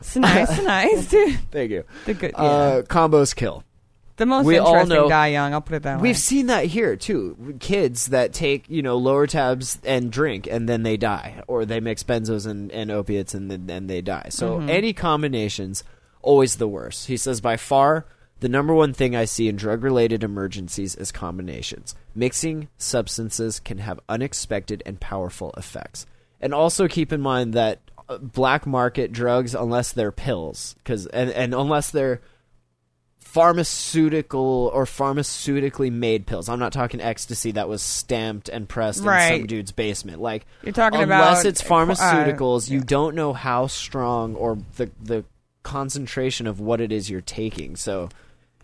Speaker 2: It's nice, nice. dude.
Speaker 1: thank you.
Speaker 2: The good, yeah.
Speaker 1: Uh, combos kill.
Speaker 2: the most
Speaker 1: we all
Speaker 2: interesting
Speaker 1: know-
Speaker 2: die young. I'll put it that way.
Speaker 1: We've seen that here too. Kids that take you know lower tabs and drink, and then they die, or they mix benzos and, and opiates, and then and they die. So
Speaker 2: Mm-hmm.
Speaker 1: any combinations always the worst. He says by far the number one thing I see in drug related emergencies is combinations. Mixing substances can have unexpected and powerful effects. And also keep in mind that uh, black market drugs, unless they're pills, because and, and unless they're pharmaceutical or pharmaceutically made pills. I'm not talking ecstasy that was stamped and pressed in some
Speaker 2: Right.
Speaker 1: dude's basement. Like
Speaker 2: You're talking
Speaker 1: unless
Speaker 2: about,
Speaker 1: it's
Speaker 2: uh,
Speaker 1: pharmaceuticals, you
Speaker 2: yeah.
Speaker 1: don't know how strong or the the concentration of what it is you're taking. So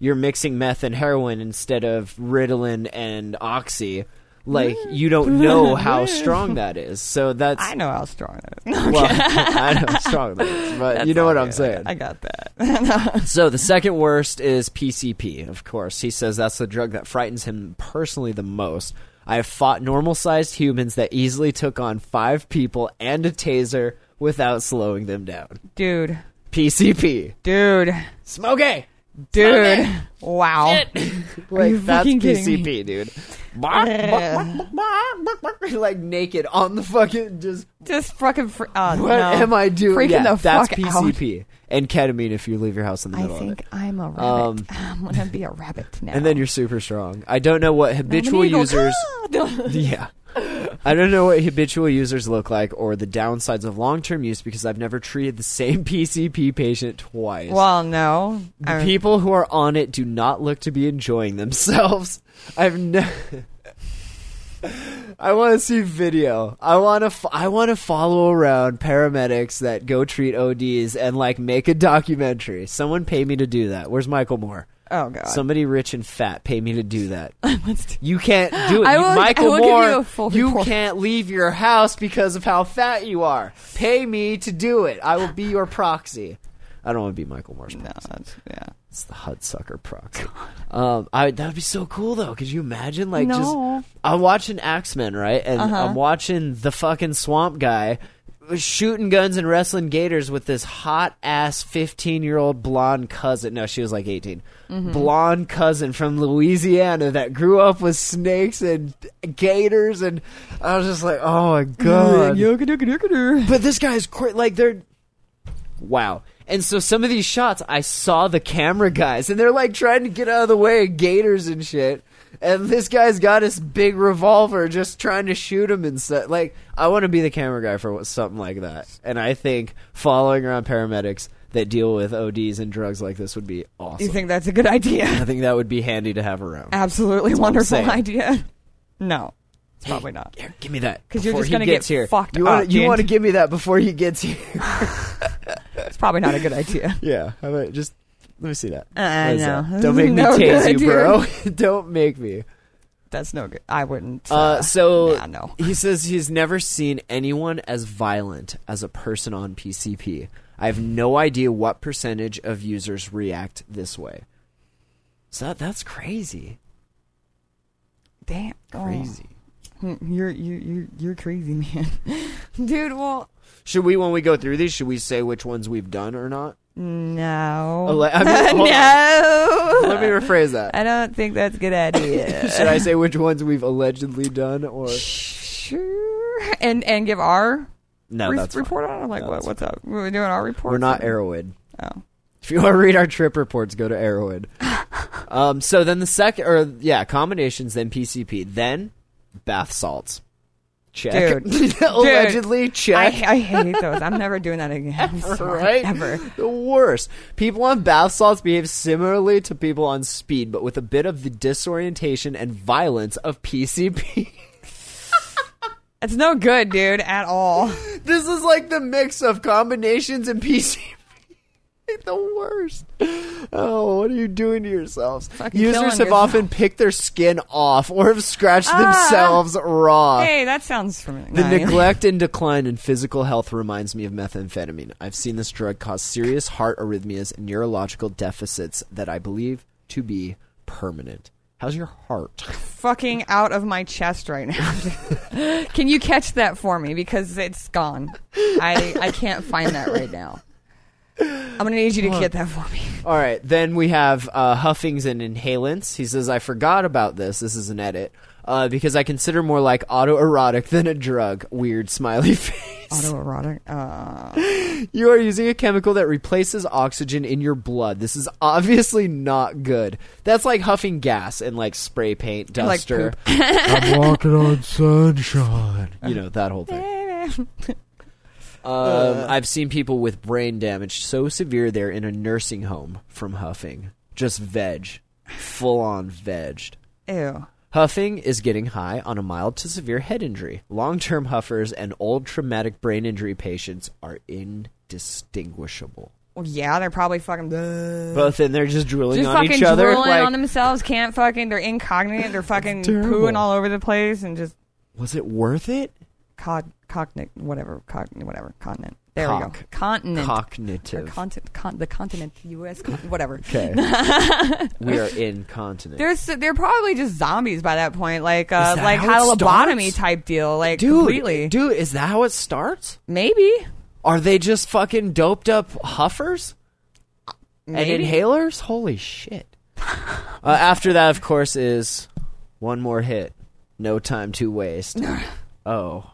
Speaker 1: you're mixing meth and heroin instead of Ritalin and Oxy. Like you don't know how strong that is. So that's
Speaker 2: I know how strong that is.
Speaker 1: well, I know how strong that is, but you know what I'm saying.
Speaker 2: I got that.
Speaker 1: So the second worst is PCP, of course. He says that's the drug that frightens him personally the most. I have fought normal sized humans that easily took on five people and a taser without slowing them down.
Speaker 2: Dude,
Speaker 1: PCP.
Speaker 2: dude,
Speaker 1: Smoke it!
Speaker 2: dude. Wow.
Speaker 1: Like,
Speaker 2: you
Speaker 1: that's
Speaker 2: fucking kidding
Speaker 1: PCP, dude. Bark, bark, bark, bark, bark, bark. like naked on the fucking just
Speaker 2: Just fucking. Fr- uh,
Speaker 1: what
Speaker 2: no.
Speaker 1: am I doing?
Speaker 2: Freaking
Speaker 1: Yeah,
Speaker 2: the
Speaker 1: that's
Speaker 2: fuck out.
Speaker 1: PCP and ketamine if you leave your house in the
Speaker 2: I
Speaker 1: middle of it.
Speaker 2: think I'm a rabbit.
Speaker 1: Um,
Speaker 2: I'm gonna be a rabbit now.
Speaker 1: And then you're super strong. I don't know what habitual users.
Speaker 2: "Ah!"
Speaker 1: yeah. I don't know what habitual users look like or the downsides of long term use because I've never treated the same PCP patient twice.
Speaker 2: Well, no.
Speaker 1: The
Speaker 2: I'm-
Speaker 1: People who are on it do not look to be enjoying themselves. I've never. I want to see video. I want to. F- I want to follow around paramedics that go treat ODs and like make a documentary. Someone pay me to do that. Where's Michael Moore?
Speaker 2: oh god.
Speaker 1: Somebody rich and fat pay me to do that. You can't do it.
Speaker 2: I
Speaker 1: You-
Speaker 2: will-
Speaker 1: Michael
Speaker 2: I will give
Speaker 1: Moore,
Speaker 2: you a full report.
Speaker 1: can't leave your house because of how fat you are. Pay me to do it. I will be your proxy. I don't want to be Michael Moore's
Speaker 2: no,
Speaker 1: proxy.
Speaker 2: that's, yeah.
Speaker 1: It's the Hudsucker proxy. Um, I that would be so cool though. Could you imagine? Like,
Speaker 2: No.
Speaker 1: just I'm watching Axemen, right? And I'm watching the fucking Swamp Guy shooting guns and wrestling gators with this hot ass 15 year old blonde cousin. No, she was like 18. Blonde cousin from Louisiana that grew up with snakes and gators. And I was just like, oh my God.
Speaker 2: Yogadoogadoogadoo.
Speaker 1: But this guy's cra- like they're wow. And so some of these shots, I saw the camera guys, and they're like trying to get out of the way, of gators and shit. And this guy's got his big revolver, just trying to shoot him and stuff. Like I want to be the camera guy for what- something like that. And I think following around paramedics that deal with ODs and drugs like this would be awesome.
Speaker 2: You think that's a good idea?
Speaker 1: I think that would be handy to have around.
Speaker 2: Absolutely
Speaker 1: what I'm
Speaker 2: wonderful
Speaker 1: saying.
Speaker 2: idea. No, it's probably not.
Speaker 1: Here, give me that
Speaker 2: 'Cause you're
Speaker 1: before
Speaker 2: just
Speaker 1: he
Speaker 2: gonna
Speaker 1: gets
Speaker 2: get
Speaker 1: here.
Speaker 2: fucked
Speaker 1: you wanna-
Speaker 2: up,
Speaker 1: you
Speaker 2: dude.
Speaker 1: want to give me that before he gets here?
Speaker 2: It's probably not a good idea.
Speaker 1: Yeah, how about just let me see that.
Speaker 2: Uh,
Speaker 1: What is
Speaker 2: no.
Speaker 1: that? Don't make me
Speaker 2: No
Speaker 1: tase
Speaker 2: good,
Speaker 1: you, bro. Don't make me.
Speaker 2: That's no good. I wouldn't.
Speaker 1: Uh, so
Speaker 2: nah, no.
Speaker 1: he says he's never seen anyone as violent as a person on PCP. I have no idea what percentage of users react this way. So that, that's crazy.
Speaker 2: Damn. Oh. Hmm,
Speaker 1: Crazy.
Speaker 2: You're you you you're crazy, man. Dude, well,
Speaker 1: Should we, when we go through these, should we say which ones we've done or not?
Speaker 2: no.
Speaker 1: Oh, le- I mean, hold
Speaker 2: no.
Speaker 1: Let me rephrase that.
Speaker 2: I don't think that's a good idea.
Speaker 1: Should I say which ones we've allegedly done or
Speaker 2: sure. And and give our
Speaker 1: no?
Speaker 2: re-
Speaker 1: that's fine.
Speaker 2: report on it. Like
Speaker 1: No,
Speaker 2: what
Speaker 1: that's
Speaker 2: what's up? We're doing our report.
Speaker 1: We're not Arrowhead.
Speaker 2: Oh.
Speaker 1: If you want to read our trip reports, go to Arrowhead. um, so then the second, or yeah, combinations, then PCP, then bath salts. Check.
Speaker 2: Dude.
Speaker 1: Allegedly,
Speaker 2: I,
Speaker 1: check.
Speaker 2: I hate those. I'm never doing that again. I'm sorry.
Speaker 1: right?
Speaker 2: Ever.
Speaker 1: The worst. People on bath salts behave similarly to people on speed, but with a bit of the disorientation and violence of PCP.
Speaker 2: It's no good, dude, at all.
Speaker 1: this is like the mix of combinations and PCP. the worst. Oh, what are you doing to yourselves?
Speaker 2: Fucking killing
Speaker 1: Users have
Speaker 2: yourself. Ah.
Speaker 1: often picked their skin off or have scratched themselves raw.
Speaker 2: hey, that sounds familiar.
Speaker 1: Uh, The
Speaker 2: Nah,
Speaker 1: neglect and decline in physical health reminds me of methamphetamine. I've seen this drug cause serious heart arrhythmias and neurological deficits that I believe to be permanent. How's your heart?
Speaker 2: fucking out of my chest right now. Can you catch that for me because it's gone. I I can't find that right now. I'm gonna need you to get that for me.
Speaker 1: All right, then we have uh, huffings and inhalants. He says, I forgot about this. This is an edit. Uh, because I consider more like autoerotic than a drug. Weird smiley face.
Speaker 2: Autoerotic. Uh,
Speaker 1: You are using a chemical that replaces oxygen in your blood. This is obviously not good. That's like huffing gas and like spray paint,
Speaker 2: like
Speaker 1: duster,
Speaker 3: I'm walking on sunshine.
Speaker 1: you know, that whole thing. Um, I've seen people with brain damage so severe they're in a nursing home from huffing. Just veg. Full on vegged.
Speaker 2: ew.
Speaker 1: Huffing is getting high on a mild to severe head injury. Long term huffers and old traumatic brain injury patients are indistinguishable.
Speaker 2: Well, yeah, they're probably fucking. Just
Speaker 1: Both in there just drooling on
Speaker 2: fucking
Speaker 1: each other.
Speaker 2: drooling
Speaker 1: like,
Speaker 2: on themselves. Can't fucking. They're incognito. They're fucking
Speaker 1: terrible.
Speaker 2: pooing all over the place and just
Speaker 1: was it worth it?
Speaker 2: cog cognic whatever cognic whatever continent. There we go.
Speaker 1: Cock.
Speaker 2: Continent. Or
Speaker 1: Cognitive.
Speaker 2: content, con- the continent, the U.S. Con- whatever.
Speaker 1: okay. we are incontinent.
Speaker 2: There's they're probably just zombies by that point, like uh,
Speaker 1: that
Speaker 2: like
Speaker 1: how
Speaker 2: had a
Speaker 1: it
Speaker 2: lobotomy
Speaker 1: starts?
Speaker 2: type deal, like
Speaker 1: dude,
Speaker 2: completely.
Speaker 1: dude, is that how it starts?
Speaker 2: Maybe,
Speaker 1: Are they just fucking doped up huffers and
Speaker 2: Maybe.
Speaker 1: inhalers? Holy shit. uh, after that, of course, is one more hit. No time to waste. oh.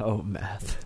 Speaker 1: Oh, meth.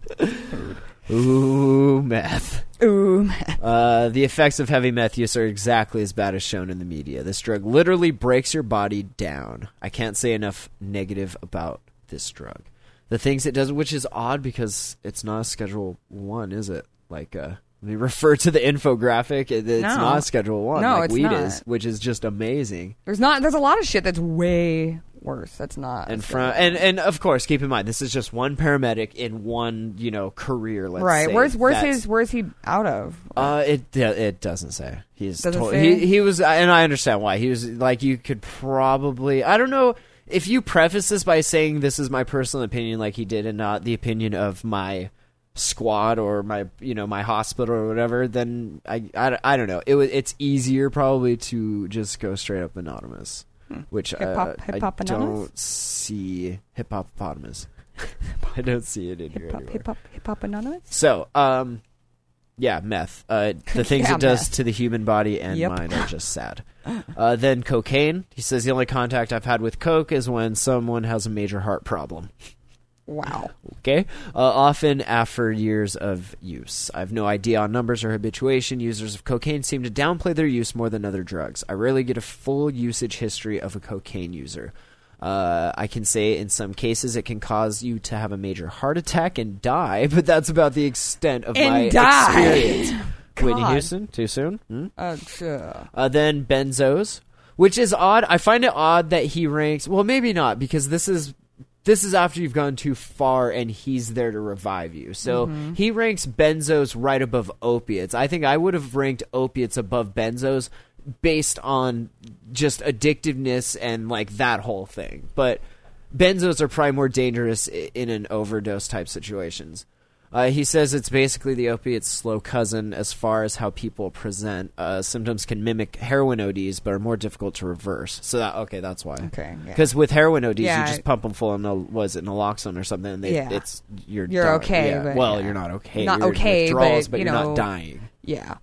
Speaker 1: Ooh, meth.
Speaker 2: ooh, man.
Speaker 1: Uh, the effects of heavy meth use are exactly as bad as shown in the media. This drug literally breaks your body down. I can't say enough negative about this drug. The things it does, which is odd because it's not a Schedule One, is it? Like, uh, let me refer to the infographic. It- It's
Speaker 2: No.
Speaker 1: not Schedule One,
Speaker 2: No,
Speaker 1: like
Speaker 2: it's
Speaker 1: weed
Speaker 2: not.
Speaker 1: is, which is just amazing.
Speaker 2: there's not there's a lot of shit that's way worse. That's not
Speaker 1: And
Speaker 2: that's
Speaker 1: from and and of course, keep in mind this is just one paramedic in one you know career. Let's
Speaker 2: not- right.
Speaker 1: say.
Speaker 2: Where's where's
Speaker 1: That's-
Speaker 2: his where's he out of?
Speaker 1: Uh, it do- it doesn't say. He's
Speaker 2: Doesn't
Speaker 1: told-
Speaker 2: say?
Speaker 1: he he was, and I understand why he was like. You could probably, I don't know if you preface this by saying this is my personal opinion, like he did, and not the opinion of my squad or my you know my hospital or whatever. Then I I, I don't know. It was it's easier probably to just go straight up
Speaker 2: Hmm.
Speaker 1: anonymous, which
Speaker 2: Hip hop-
Speaker 1: uh, I
Speaker 2: hippopotamus?
Speaker 1: don't see hippopotamus. I don't see it in here
Speaker 2: Hip hop,
Speaker 1: anywhere.
Speaker 2: hip hop, hip hop anonymous.
Speaker 1: So, um, yeah, meth. Uh, the things
Speaker 2: Yeah,
Speaker 1: it does
Speaker 2: meth.
Speaker 1: to the human body and
Speaker 2: Yep.
Speaker 1: mine are just sad. Uh, then cocaine. He says the only contact I've had with coke is when someone has a major heart problem.
Speaker 2: Wow.
Speaker 1: Okay, uh, often after years of use. I have no idea on numbers or habituation. Users of cocaine seem to downplay their use more than other drugs. I rarely get a full usage history of a cocaine user. Uh, I can say in some cases it can cause you to have a major heart attack and die, but that's about the extent of
Speaker 2: And
Speaker 1: my
Speaker 2: die.
Speaker 1: experience. Whitney
Speaker 2: God.
Speaker 1: Houston, too soon. Hmm?
Speaker 2: Uh, sure.
Speaker 1: Uh, then benzos, which is odd. I find it odd that he ranks. Well, maybe not because this is this is after you've gone too far and he's there to revive you. So
Speaker 2: Mm-hmm.
Speaker 1: he ranks benzos right above opiates. I think I would have ranked opiates above benzos based on just addictiveness and like that whole thing. But benzos are probably more dangerous i- in an overdose type situations. Uh, he says it's basically the opiate's slow cousin as far as how people present. Uh, symptoms can mimic heroin ODs, but are more difficult to reverse. So that okay, that's why.
Speaker 2: Okay, yeah.
Speaker 1: Because with heroin ODs,
Speaker 2: Yeah,
Speaker 1: you
Speaker 2: I-
Speaker 1: just pump them full of no, was it naloxone or something, and they,
Speaker 2: Yeah.
Speaker 1: it's you're
Speaker 2: You're
Speaker 1: done.
Speaker 2: okay,
Speaker 1: Yeah.
Speaker 2: but-
Speaker 1: well,
Speaker 2: yeah.
Speaker 1: you're not okay.
Speaker 2: Not
Speaker 1: You're in
Speaker 2: okay,
Speaker 1: withdrawals,
Speaker 2: but,
Speaker 1: but
Speaker 2: you
Speaker 1: you're
Speaker 2: know-
Speaker 1: not dying.
Speaker 2: Yeah.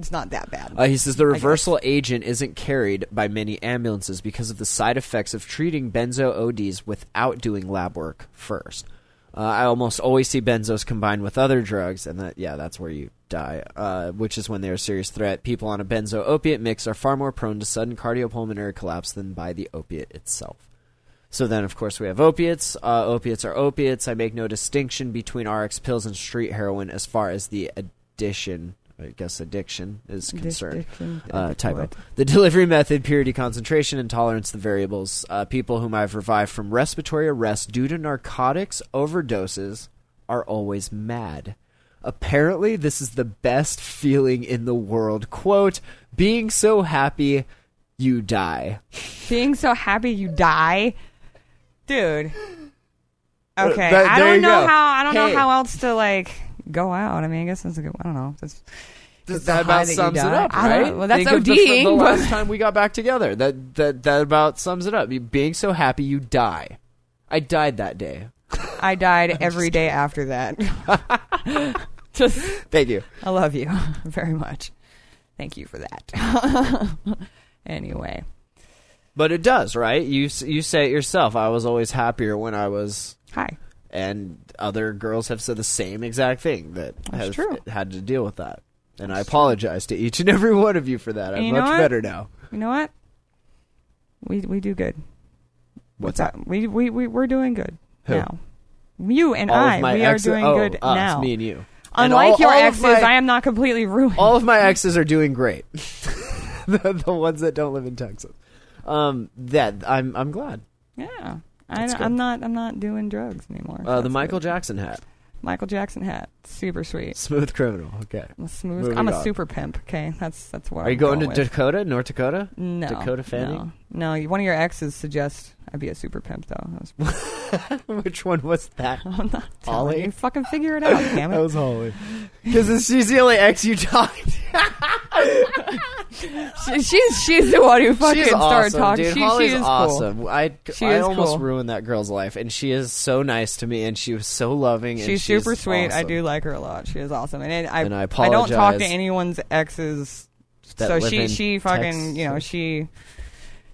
Speaker 2: It's not that bad.
Speaker 1: Uh, he says the
Speaker 2: I
Speaker 1: reversal agent isn't carried by many ambulances because of the side effects of treating benzo ODs without doing lab work first. Uh, I almost always see benzos combined with other drugs, and that yeah, that's where you die, uh, which is when they're a serious threat. People on a benzo opiate mix are far more prone to sudden cardiopulmonary collapse than by the opiate itself. So then, of course, we have opiates. Uh, opiates are opiates. I make no distinction between RX pills and street heroin as far as the addition, I guess, addiction is concerned.
Speaker 2: Addiction,
Speaker 1: Uh,
Speaker 2: addict
Speaker 1: typo.
Speaker 2: word.
Speaker 1: The delivery method, purity, concentration, and tolerance, the variables. Uh, people whom I've revived from respiratory arrest due to narcotics overdoses are always mad. Apparently, this is the best feeling in the world. Quote, being so happy you die.
Speaker 2: Being so happy you die, dude. Okay,
Speaker 1: but
Speaker 2: I
Speaker 1: Uh, there
Speaker 2: don't
Speaker 1: you
Speaker 2: know
Speaker 1: go.
Speaker 2: how. I don't
Speaker 1: Hey.
Speaker 2: know how else to like go out. I mean, I guess that's a good. I don't know. That's
Speaker 1: That,
Speaker 2: the high
Speaker 1: about
Speaker 2: that you
Speaker 1: sums it
Speaker 2: got.
Speaker 1: up,
Speaker 2: I
Speaker 1: right?
Speaker 2: don't- well, that's
Speaker 1: Think of the, fir-
Speaker 2: ODing,
Speaker 1: the
Speaker 2: but-
Speaker 1: last time we got back together, that that that about sums it up. You being so happy you die. I died that day.
Speaker 2: I died every day after that. Just,
Speaker 1: Thank you.
Speaker 2: I love you very much. Thank you for that. anyway,
Speaker 1: But it does, right? You s- you say it yourself. I was always happier when I was,
Speaker 2: hi.
Speaker 1: and other girls have said the same exact thing that has
Speaker 2: true.
Speaker 1: had to deal with that. And I apologize to each and every one of you for that. I'm
Speaker 2: you know
Speaker 1: much
Speaker 2: what?
Speaker 1: better now.
Speaker 2: You know what? We we do good.
Speaker 1: What's
Speaker 2: that? We we we we're doing good
Speaker 1: Who?
Speaker 2: now. You and
Speaker 1: All
Speaker 2: I,
Speaker 1: of my
Speaker 2: we are
Speaker 1: exes-
Speaker 2: doing
Speaker 1: oh,
Speaker 2: good
Speaker 1: us,
Speaker 2: now.
Speaker 1: Me and you. And
Speaker 2: Unlike
Speaker 1: all-
Speaker 2: your
Speaker 1: all of
Speaker 2: exes,
Speaker 1: my-
Speaker 2: I am not completely ruined.
Speaker 1: all of my exes are doing great. the, the ones that don't live in Texas. Um, that I'm I'm glad.
Speaker 2: yeah, I,
Speaker 1: That's good.
Speaker 2: am not. I'm not doing drugs anymore.
Speaker 1: Uh, the
Speaker 2: That's
Speaker 1: Michael
Speaker 2: good.
Speaker 1: Jackson hat,
Speaker 2: Michael Jackson hat, super sweet.
Speaker 1: smooth criminal. Okay.
Speaker 2: I'm a smooth.
Speaker 1: Moving
Speaker 2: I'm a
Speaker 1: on.
Speaker 2: super pimp. Okay, that's that's where
Speaker 1: Are you
Speaker 2: I'm
Speaker 1: going to
Speaker 2: with.
Speaker 1: Dakota, North Dakota?
Speaker 2: no,
Speaker 1: Dakota Fanning?
Speaker 2: No, no. you- One of your exes suggests I be a super pimp though. That was-
Speaker 1: Which one was that?
Speaker 2: I'm not telling
Speaker 1: Ollie? Oh.
Speaker 2: you. Fucking figure it out, damn it.
Speaker 1: Holly. Because she's the only ex you talked.
Speaker 2: She- she's she's the one who fucking
Speaker 1: She's
Speaker 2: started
Speaker 1: awesome,
Speaker 2: talking.
Speaker 1: dude.
Speaker 2: She,
Speaker 1: Holly's
Speaker 2: she is cool.
Speaker 1: awesome. I
Speaker 2: She
Speaker 1: I
Speaker 2: is
Speaker 1: almost
Speaker 2: cool.
Speaker 1: ruined that girl's life, and she is so nice to me, and she was so loving. and
Speaker 2: She's super sweet. I
Speaker 1: awesome.
Speaker 2: do like her a lot. She is awesome, and, it, I
Speaker 1: And I
Speaker 2: don't talk
Speaker 1: apologize
Speaker 2: to anyone's exes.
Speaker 1: That
Speaker 2: so
Speaker 1: live
Speaker 2: she
Speaker 1: in
Speaker 2: she fucking
Speaker 1: Texas.
Speaker 2: you know she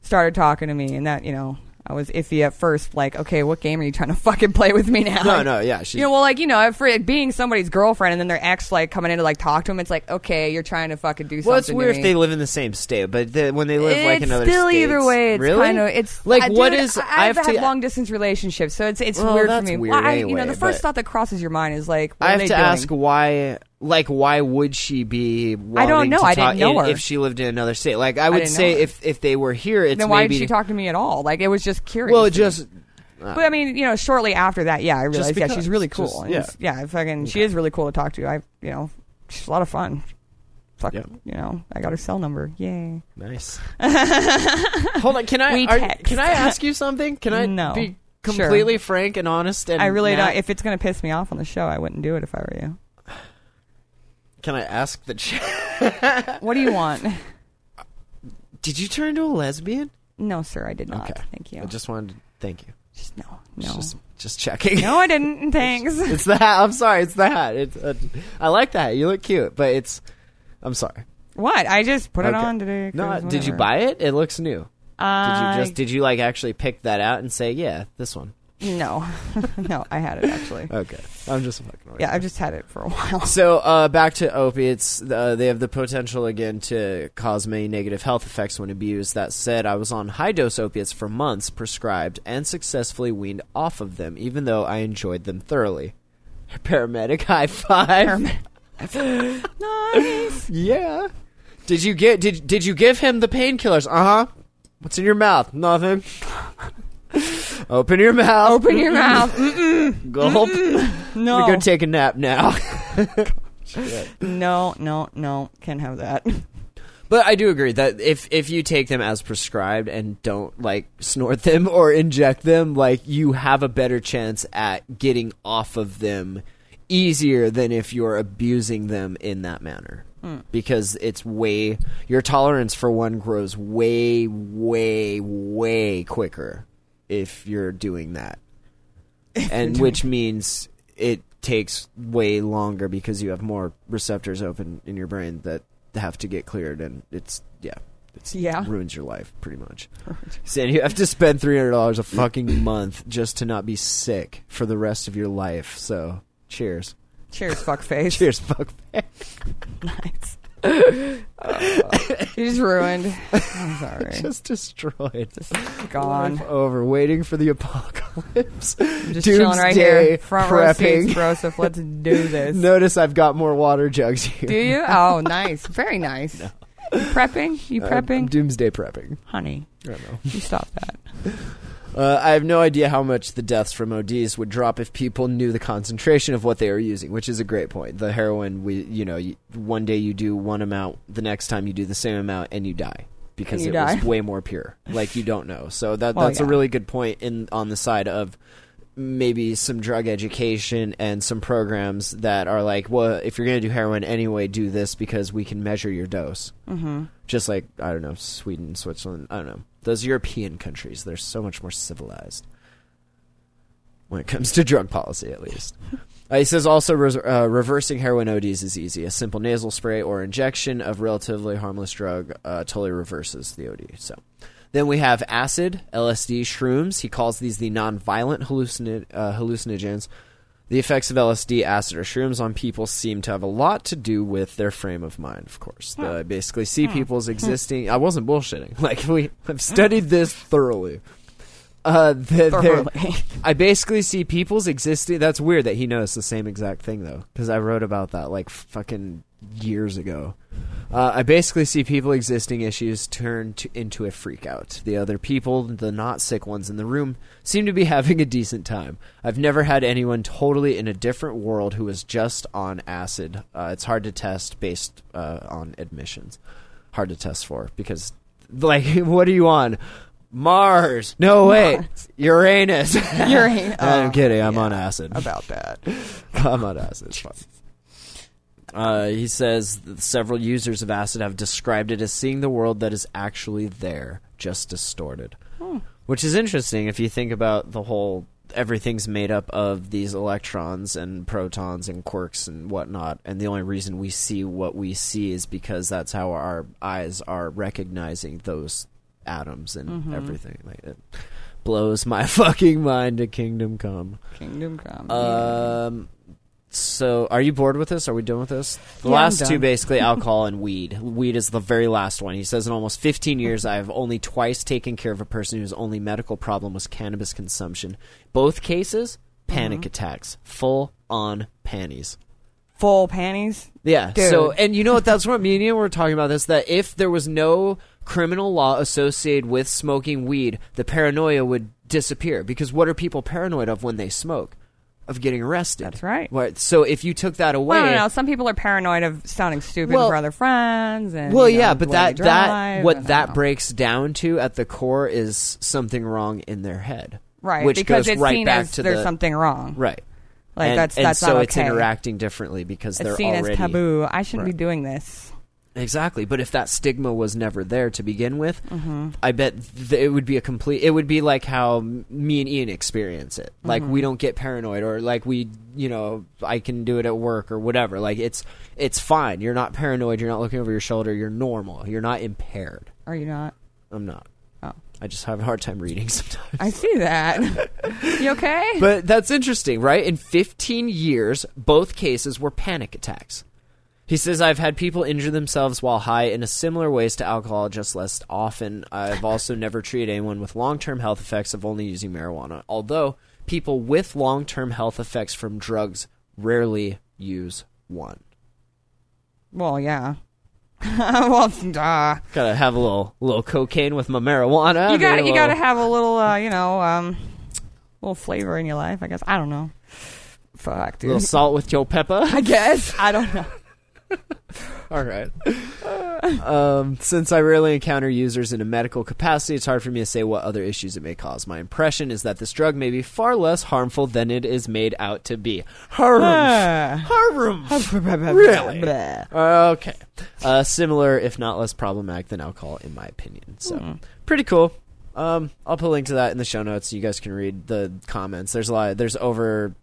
Speaker 2: started talking to me, and that you know I was iffy at first. Like, okay, what game are you trying to fucking play with me now?
Speaker 1: No,
Speaker 2: Like,
Speaker 1: no, yeah. She's
Speaker 2: You know, well, like you know, for it being somebody's girlfriend and then their ex like coming in to like talk to him, it's like okay, you're trying to fucking do
Speaker 1: Well, it's
Speaker 2: something. to
Speaker 1: weird if
Speaker 2: me.
Speaker 1: they live in the same state, but the, when they live like
Speaker 2: it's
Speaker 1: in other
Speaker 2: still
Speaker 1: states,
Speaker 2: either way. It's
Speaker 1: really?
Speaker 2: kind of it's
Speaker 1: like
Speaker 2: I-
Speaker 1: what
Speaker 2: dude,
Speaker 1: is?
Speaker 2: I-
Speaker 1: I
Speaker 2: I've
Speaker 1: have to.
Speaker 2: had long distance relationships, so it's it's
Speaker 1: Well,
Speaker 2: weird
Speaker 1: that's
Speaker 2: for me.
Speaker 1: weird
Speaker 2: Why- you
Speaker 1: anyway,
Speaker 2: know, the first
Speaker 1: but-
Speaker 2: thought that crosses your mind is like, what
Speaker 1: I
Speaker 2: are
Speaker 1: have
Speaker 2: they
Speaker 1: to
Speaker 2: doing?
Speaker 1: ask why. Like why would she be?
Speaker 2: I don't
Speaker 1: wanting
Speaker 2: know.
Speaker 1: to
Speaker 2: I didn't
Speaker 1: talk
Speaker 2: know
Speaker 1: in-
Speaker 2: her.
Speaker 1: If she lived in another state, like I would
Speaker 2: didn't know
Speaker 1: say,
Speaker 2: her.
Speaker 1: if if they were here, it's
Speaker 2: Then why
Speaker 1: maybe.
Speaker 2: did she talk to me at all? Like it was just curious.
Speaker 1: well, it
Speaker 2: to me.
Speaker 1: just
Speaker 2: But I mean, you know, shortly after that, yeah, I realized yeah,
Speaker 1: because.
Speaker 2: she's really cool.
Speaker 1: Just-
Speaker 2: And it's- yeah, fucking, she is really cool to talk to. I, you know, she's a lot of fun. Fuck,
Speaker 1: Yeah.
Speaker 2: you know, I got her cell number. Yay.
Speaker 1: nice. Hold on. Can I?
Speaker 2: We
Speaker 1: Are,
Speaker 2: text.
Speaker 1: can I ask you something? Can I
Speaker 2: No.
Speaker 1: be
Speaker 2: Sure.
Speaker 1: completely frank and honest? And
Speaker 2: I really
Speaker 1: not,
Speaker 2: don't. If it's gonna piss me off on the show, I wouldn't do it if I were you.
Speaker 1: can I ask the chat?
Speaker 2: What do you want?
Speaker 1: Did you turn into a lesbian?
Speaker 2: no, sir, I did not.
Speaker 1: Okay.
Speaker 2: Thank you.
Speaker 1: I just wanted. to Thank you.
Speaker 2: Just no, no,
Speaker 1: Just, just checking.
Speaker 2: no. I didn't. Thanks.
Speaker 1: It's the hat. I'm sorry. It's the hat. It's. Uh, I like that. You look cute, but it's. I'm sorry.
Speaker 2: what? I just put it
Speaker 1: Okay.
Speaker 2: on today. 'cause
Speaker 1: No, did you
Speaker 2: whatever.
Speaker 1: buy it? It looks new. Did
Speaker 2: Uh,
Speaker 1: you just? Did you like actually pick that out and say, yeah, this one?
Speaker 2: no, no. I had it actually.
Speaker 1: Okay. I'm just fucking. with
Speaker 2: Yeah,
Speaker 1: you.
Speaker 2: I've just had it for a while.
Speaker 1: So uh, back to opiates, uh, they have the potential again to cause many negative health effects when abused. That said, I was on high dose opiates for months, prescribed, and successfully weaned off of them, even though I enjoyed them thoroughly. Paramedic high five.
Speaker 2: nice.
Speaker 1: yeah. Did you get did did you give him the painkillers? Uh huh. What's in your mouth? Nothing. Open your mouth.
Speaker 2: Open your mouth.
Speaker 1: Gulp.
Speaker 2: No,
Speaker 1: You're gonna take a nap now.
Speaker 2: no, no, no. Can't have that.
Speaker 1: But I do agree that if if you take them as prescribed and don't like snort them or inject them, like you have a better chance at getting off of them easier than if you're abusing them in that manner. Because it's way your tolerance for one grows way way way quicker if you're doing that. and which means it takes way longer because you have more receptors open in your brain that have to get cleared and it's yeah it's
Speaker 2: Yeah.
Speaker 1: ruins your life pretty much so you have to spend $300 a fucking month just to not be sick for the rest of your life so cheers
Speaker 2: Cheers, fuckface.
Speaker 1: cheers fuck
Speaker 2: Nice. Uh, you just ruined. I'm sorry.
Speaker 1: just destroyed
Speaker 2: Gone.
Speaker 1: Life over waiting for the apocalypse
Speaker 2: Just chilling right here.
Speaker 1: Doomsday
Speaker 2: Front row seats,
Speaker 1: prepping
Speaker 2: bro. So let's do this.
Speaker 1: notice i've got more water jugs here
Speaker 2: Do you? Oh, nice. Very nice. You prepping? You
Speaker 1: I'm- I'm
Speaker 2: prepping?
Speaker 1: doomsday prepping
Speaker 2: Honey,
Speaker 1: i don't know
Speaker 2: you stop that.
Speaker 1: Uh, I have no idea how much the deaths from ODs would drop if people knew the concentration of what they were using, which is a great point. The heroin, we, you know, you, one day you do one amount, the next time you do the same amount, and you die because it
Speaker 2: You die.
Speaker 1: was way more pure. Like you don't know, so that
Speaker 2: Well,
Speaker 1: that's a
Speaker 2: yeah.
Speaker 1: really good point in on the side of maybe some drug education and some programs that are like, well, if you're going to do heroin anyway, do this because we can measure your dose
Speaker 2: Mm-hmm.
Speaker 1: just like I don't know Sweden, Switzerland, I don't know those European countries. They're so much more civilized when it comes to drug policy, at least. Uh, he says also res- uh, reversing heroin ODs is easy. A simple nasal spray or injection of relatively harmless drug uh, totally reverses the OD. So. Then we have acid, LSD, shrooms. He calls these the non-violent hallucina- uh, hallucinogens. The effects of LSD, acid, or shrooms on people seem to have a lot to do with their frame of mind, of course. The- I basically see people's existing. I wasn't bullshitting. Like, we, I've studied this thoroughly. Uh, the,
Speaker 2: Thoroughly.
Speaker 1: I basically see people's existing. That's weird that he knows the same exact thing, though, because I wrote about that like fucking years ago. Uh, I basically see people existing issues turn to, into a freak out. The other people, the not sick ones in the room, seem to be having a decent time. I've never had anyone totally in a different world who was just on acid. Uh, it's hard to test based uh, on admissions. Hard to test for because, like, what are you on? Mars. No, wait. Uranus.
Speaker 2: You're right.
Speaker 1: I'm
Speaker 2: Oh,
Speaker 1: kidding. I'm on acid.
Speaker 2: about that.
Speaker 1: I'm on acid. It's fine. Uh, he says that several users of acid have described it as seeing the world that is actually there, just distorted. Which is interesting if you think about the whole everything's made up of these electrons and protons and quarks and whatnot, and the only reason we see what we see is because that's how our eyes are recognizing those atoms and everything. Like it blows my fucking mind to kingdom come.
Speaker 2: Kingdom Come.
Speaker 1: Um. So, are you bored with this? Are we done with this? The
Speaker 2: Yeah, I'm
Speaker 1: last two,
Speaker 2: done.
Speaker 1: basically, alcohol and weed. Weed is the very last one. He says, in almost 15 years, I have only twice taken care of a person whose only medical problem was cannabis consumption. Both cases, panic
Speaker 2: Mm-hmm.
Speaker 1: attacks, full on panties.
Speaker 2: Full panties.
Speaker 1: Yeah.
Speaker 2: Dude.
Speaker 1: So, and you know what? That's what me and Ian were talking about. This that if there was no criminal law associated with smoking weed, the paranoia would disappear. Because what are people paranoid of when they smoke? Of getting arrested.
Speaker 2: That's right.
Speaker 1: What- So if you took that away,
Speaker 2: Well, I don't know. Some people are paranoid of sounding stupid
Speaker 1: Well-
Speaker 2: for other friends. And,
Speaker 1: well,
Speaker 2: you know,
Speaker 1: yeah, but
Speaker 2: the way
Speaker 1: that
Speaker 2: they
Speaker 1: that
Speaker 2: drive,
Speaker 1: what
Speaker 2: and I
Speaker 1: that
Speaker 2: don't know.
Speaker 1: breaks down to at the core is something wrong in their head,
Speaker 2: right?
Speaker 1: Which
Speaker 2: because
Speaker 1: goes
Speaker 2: it's
Speaker 1: right
Speaker 2: seen
Speaker 1: back
Speaker 2: as
Speaker 1: to
Speaker 2: there's
Speaker 1: the
Speaker 2: something wrong.
Speaker 1: right.
Speaker 2: Like
Speaker 1: and,
Speaker 2: that's
Speaker 1: and
Speaker 2: that's
Speaker 1: so
Speaker 2: not
Speaker 1: it's
Speaker 2: okay.
Speaker 1: interacting differently because
Speaker 2: It's
Speaker 1: they're
Speaker 2: seen
Speaker 1: already
Speaker 2: as taboo. I shouldn't
Speaker 1: Right.
Speaker 2: be doing this.
Speaker 1: Exactly, but if that stigma was never there to begin with,
Speaker 2: Mm-hmm.
Speaker 1: I bet th- it would be a complete. It would be like how m- me and Ian experience it. Like
Speaker 2: Mm-hmm.
Speaker 1: we don't get paranoid, or like we, you know, I can do it at work or whatever. Like it's it's fine. You're not paranoid. You're not looking over your shoulder. You're normal. You're not impaired.
Speaker 2: Are you not?
Speaker 1: I'm not.
Speaker 2: Oh.
Speaker 1: I just have a hard time reading sometimes.
Speaker 2: I see that. you okay?
Speaker 1: But that's interesting, right? In 15 years, both cases were panic attacks. He says, I've had people injure themselves while high in a similar ways to alcohol, just less often. I've also never treated anyone with long term health effects of only using marijuana, although people with long term health effects from drugs rarely use one.
Speaker 2: well, yeah. well, duh.
Speaker 1: Gotta have a little little cocaine with my marijuana.
Speaker 2: You
Speaker 1: maybe
Speaker 2: got
Speaker 1: a
Speaker 2: you got to
Speaker 1: little-
Speaker 2: have a little, uh, you know, um, little flavor in your life. I guess I don't know. Fuck, dude.
Speaker 1: little salt with your pepper.
Speaker 2: I guess I don't know.
Speaker 1: All right. um, since I rarely encounter users in a medical capacity, it's hard for me to say what other issues it may cause. My impression is that this drug may be far less harmful than it is made out to be. Harmful.
Speaker 2: Ah.
Speaker 1: Harmful.
Speaker 2: Really?
Speaker 1: Okay. Uh, similar, if not less problematic than alcohol, in my opinion. So, pretty cool. Um, I'll put a link to that in the show notes so you guys can read the comments. There's a lot. There's over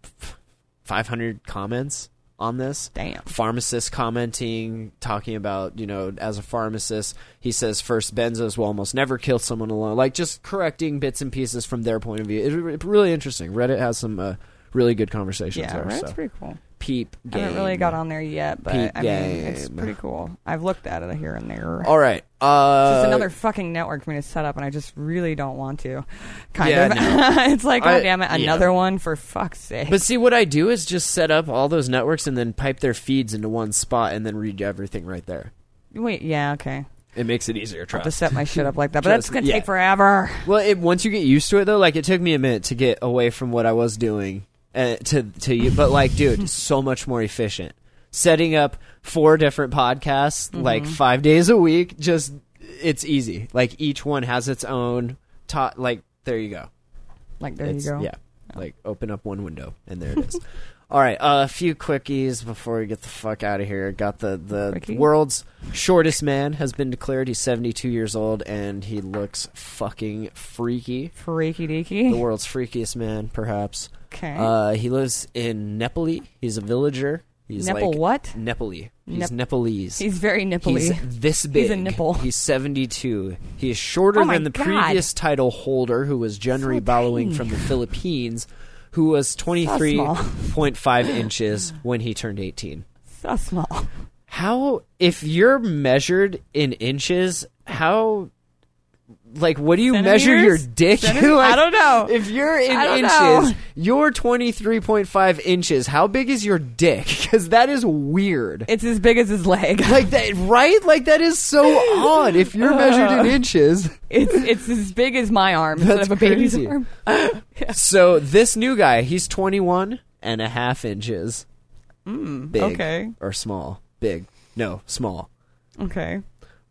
Speaker 1: 500 comments on this
Speaker 2: Damn.
Speaker 1: pharmacists commenting, talking about, you know, as a pharmacist, he says first benzos will almost never kill someone alone. Like just correcting bits and pieces from their point of view. It, it's really interesting. Reddit has some uh, really good conversations
Speaker 2: Yeah,
Speaker 1: there.
Speaker 2: right? That's
Speaker 1: so.
Speaker 2: pretty cool.
Speaker 1: Peep
Speaker 2: I haven't really
Speaker 1: game.
Speaker 2: got on there yet, but
Speaker 1: Peep
Speaker 2: I mean, it's
Speaker 1: game.
Speaker 2: pretty cool. I've looked at it here and there.
Speaker 1: All right. Uh,
Speaker 2: It's just another fucking network for me to set up, and I just really don't want to. Kind
Speaker 1: Yeah,
Speaker 2: of. it's like, oh
Speaker 1: I-
Speaker 2: damn it,
Speaker 1: yeah.
Speaker 2: another one for fuck's sake.
Speaker 1: But see, what I do is just set up all those networks and then pipe their feeds into one spot and then read everything right there.
Speaker 2: Wait, yeah, okay.
Speaker 1: It makes it easier.
Speaker 2: I
Speaker 1: Trust.
Speaker 2: have to set my shit up like that, but
Speaker 1: Just-
Speaker 2: that's gonna
Speaker 1: yeah.
Speaker 2: take forever.
Speaker 1: Well, it, once you get used to it, though, like it took me a minute to get away from what I was doing uh, to to you, but like, dude, so much more efficient. Setting up four different podcasts, like five days a week, just it's easy. Like each one has its own. Ta- like there you go.
Speaker 2: Like there
Speaker 1: It's-
Speaker 2: you go.
Speaker 1: Yeah, like open up one window and there it is. All right, uh, a few quickies before we get the fuck out of here. Got the the
Speaker 2: Quickie?
Speaker 1: world's shortest man has been declared. He's seventy two years old and he looks fucking freaky.
Speaker 2: Freaky
Speaker 1: The
Speaker 2: deaky.
Speaker 1: world's freakiest man, perhaps.
Speaker 2: Okay.
Speaker 1: Uh, he lives in Nepali. He's a villager. He's
Speaker 2: Nepal
Speaker 1: like
Speaker 2: what?
Speaker 1: Nepali. He's
Speaker 2: Nep-
Speaker 1: Nepalese.
Speaker 2: He's very nipply.
Speaker 1: He's this big.
Speaker 2: He's a nipple.
Speaker 1: He's 72. He is shorter
Speaker 2: Oh my
Speaker 1: than the
Speaker 2: God.
Speaker 1: previous title holder, who was Jenry
Speaker 2: So
Speaker 1: Bowling
Speaker 2: tiny.
Speaker 1: from the Philippines, who was
Speaker 2: small.
Speaker 1: 23.5 inches when he turned 18.
Speaker 2: so small.
Speaker 1: How, if you're measured in inches, how, like, what do you measure your
Speaker 2: Centimeters?
Speaker 1: dick?
Speaker 2: Centimeters?
Speaker 1: Like,
Speaker 2: I don't know.
Speaker 1: If you're in
Speaker 2: I don't
Speaker 1: inches,
Speaker 2: know.
Speaker 1: you're 23.5 inches. How big is your dick? Because that is weird
Speaker 2: It's as big as his leg.
Speaker 1: like that right like that is so odd if you're measured
Speaker 2: Uh.
Speaker 1: in inches
Speaker 2: It's it's as big as my arm instead
Speaker 1: That's
Speaker 2: of a baby's
Speaker 1: crazy.
Speaker 2: arm.
Speaker 1: so this new guy he's 21 and a half inches mm, big
Speaker 2: Hmm, okay.
Speaker 1: or small big no small
Speaker 2: Okay.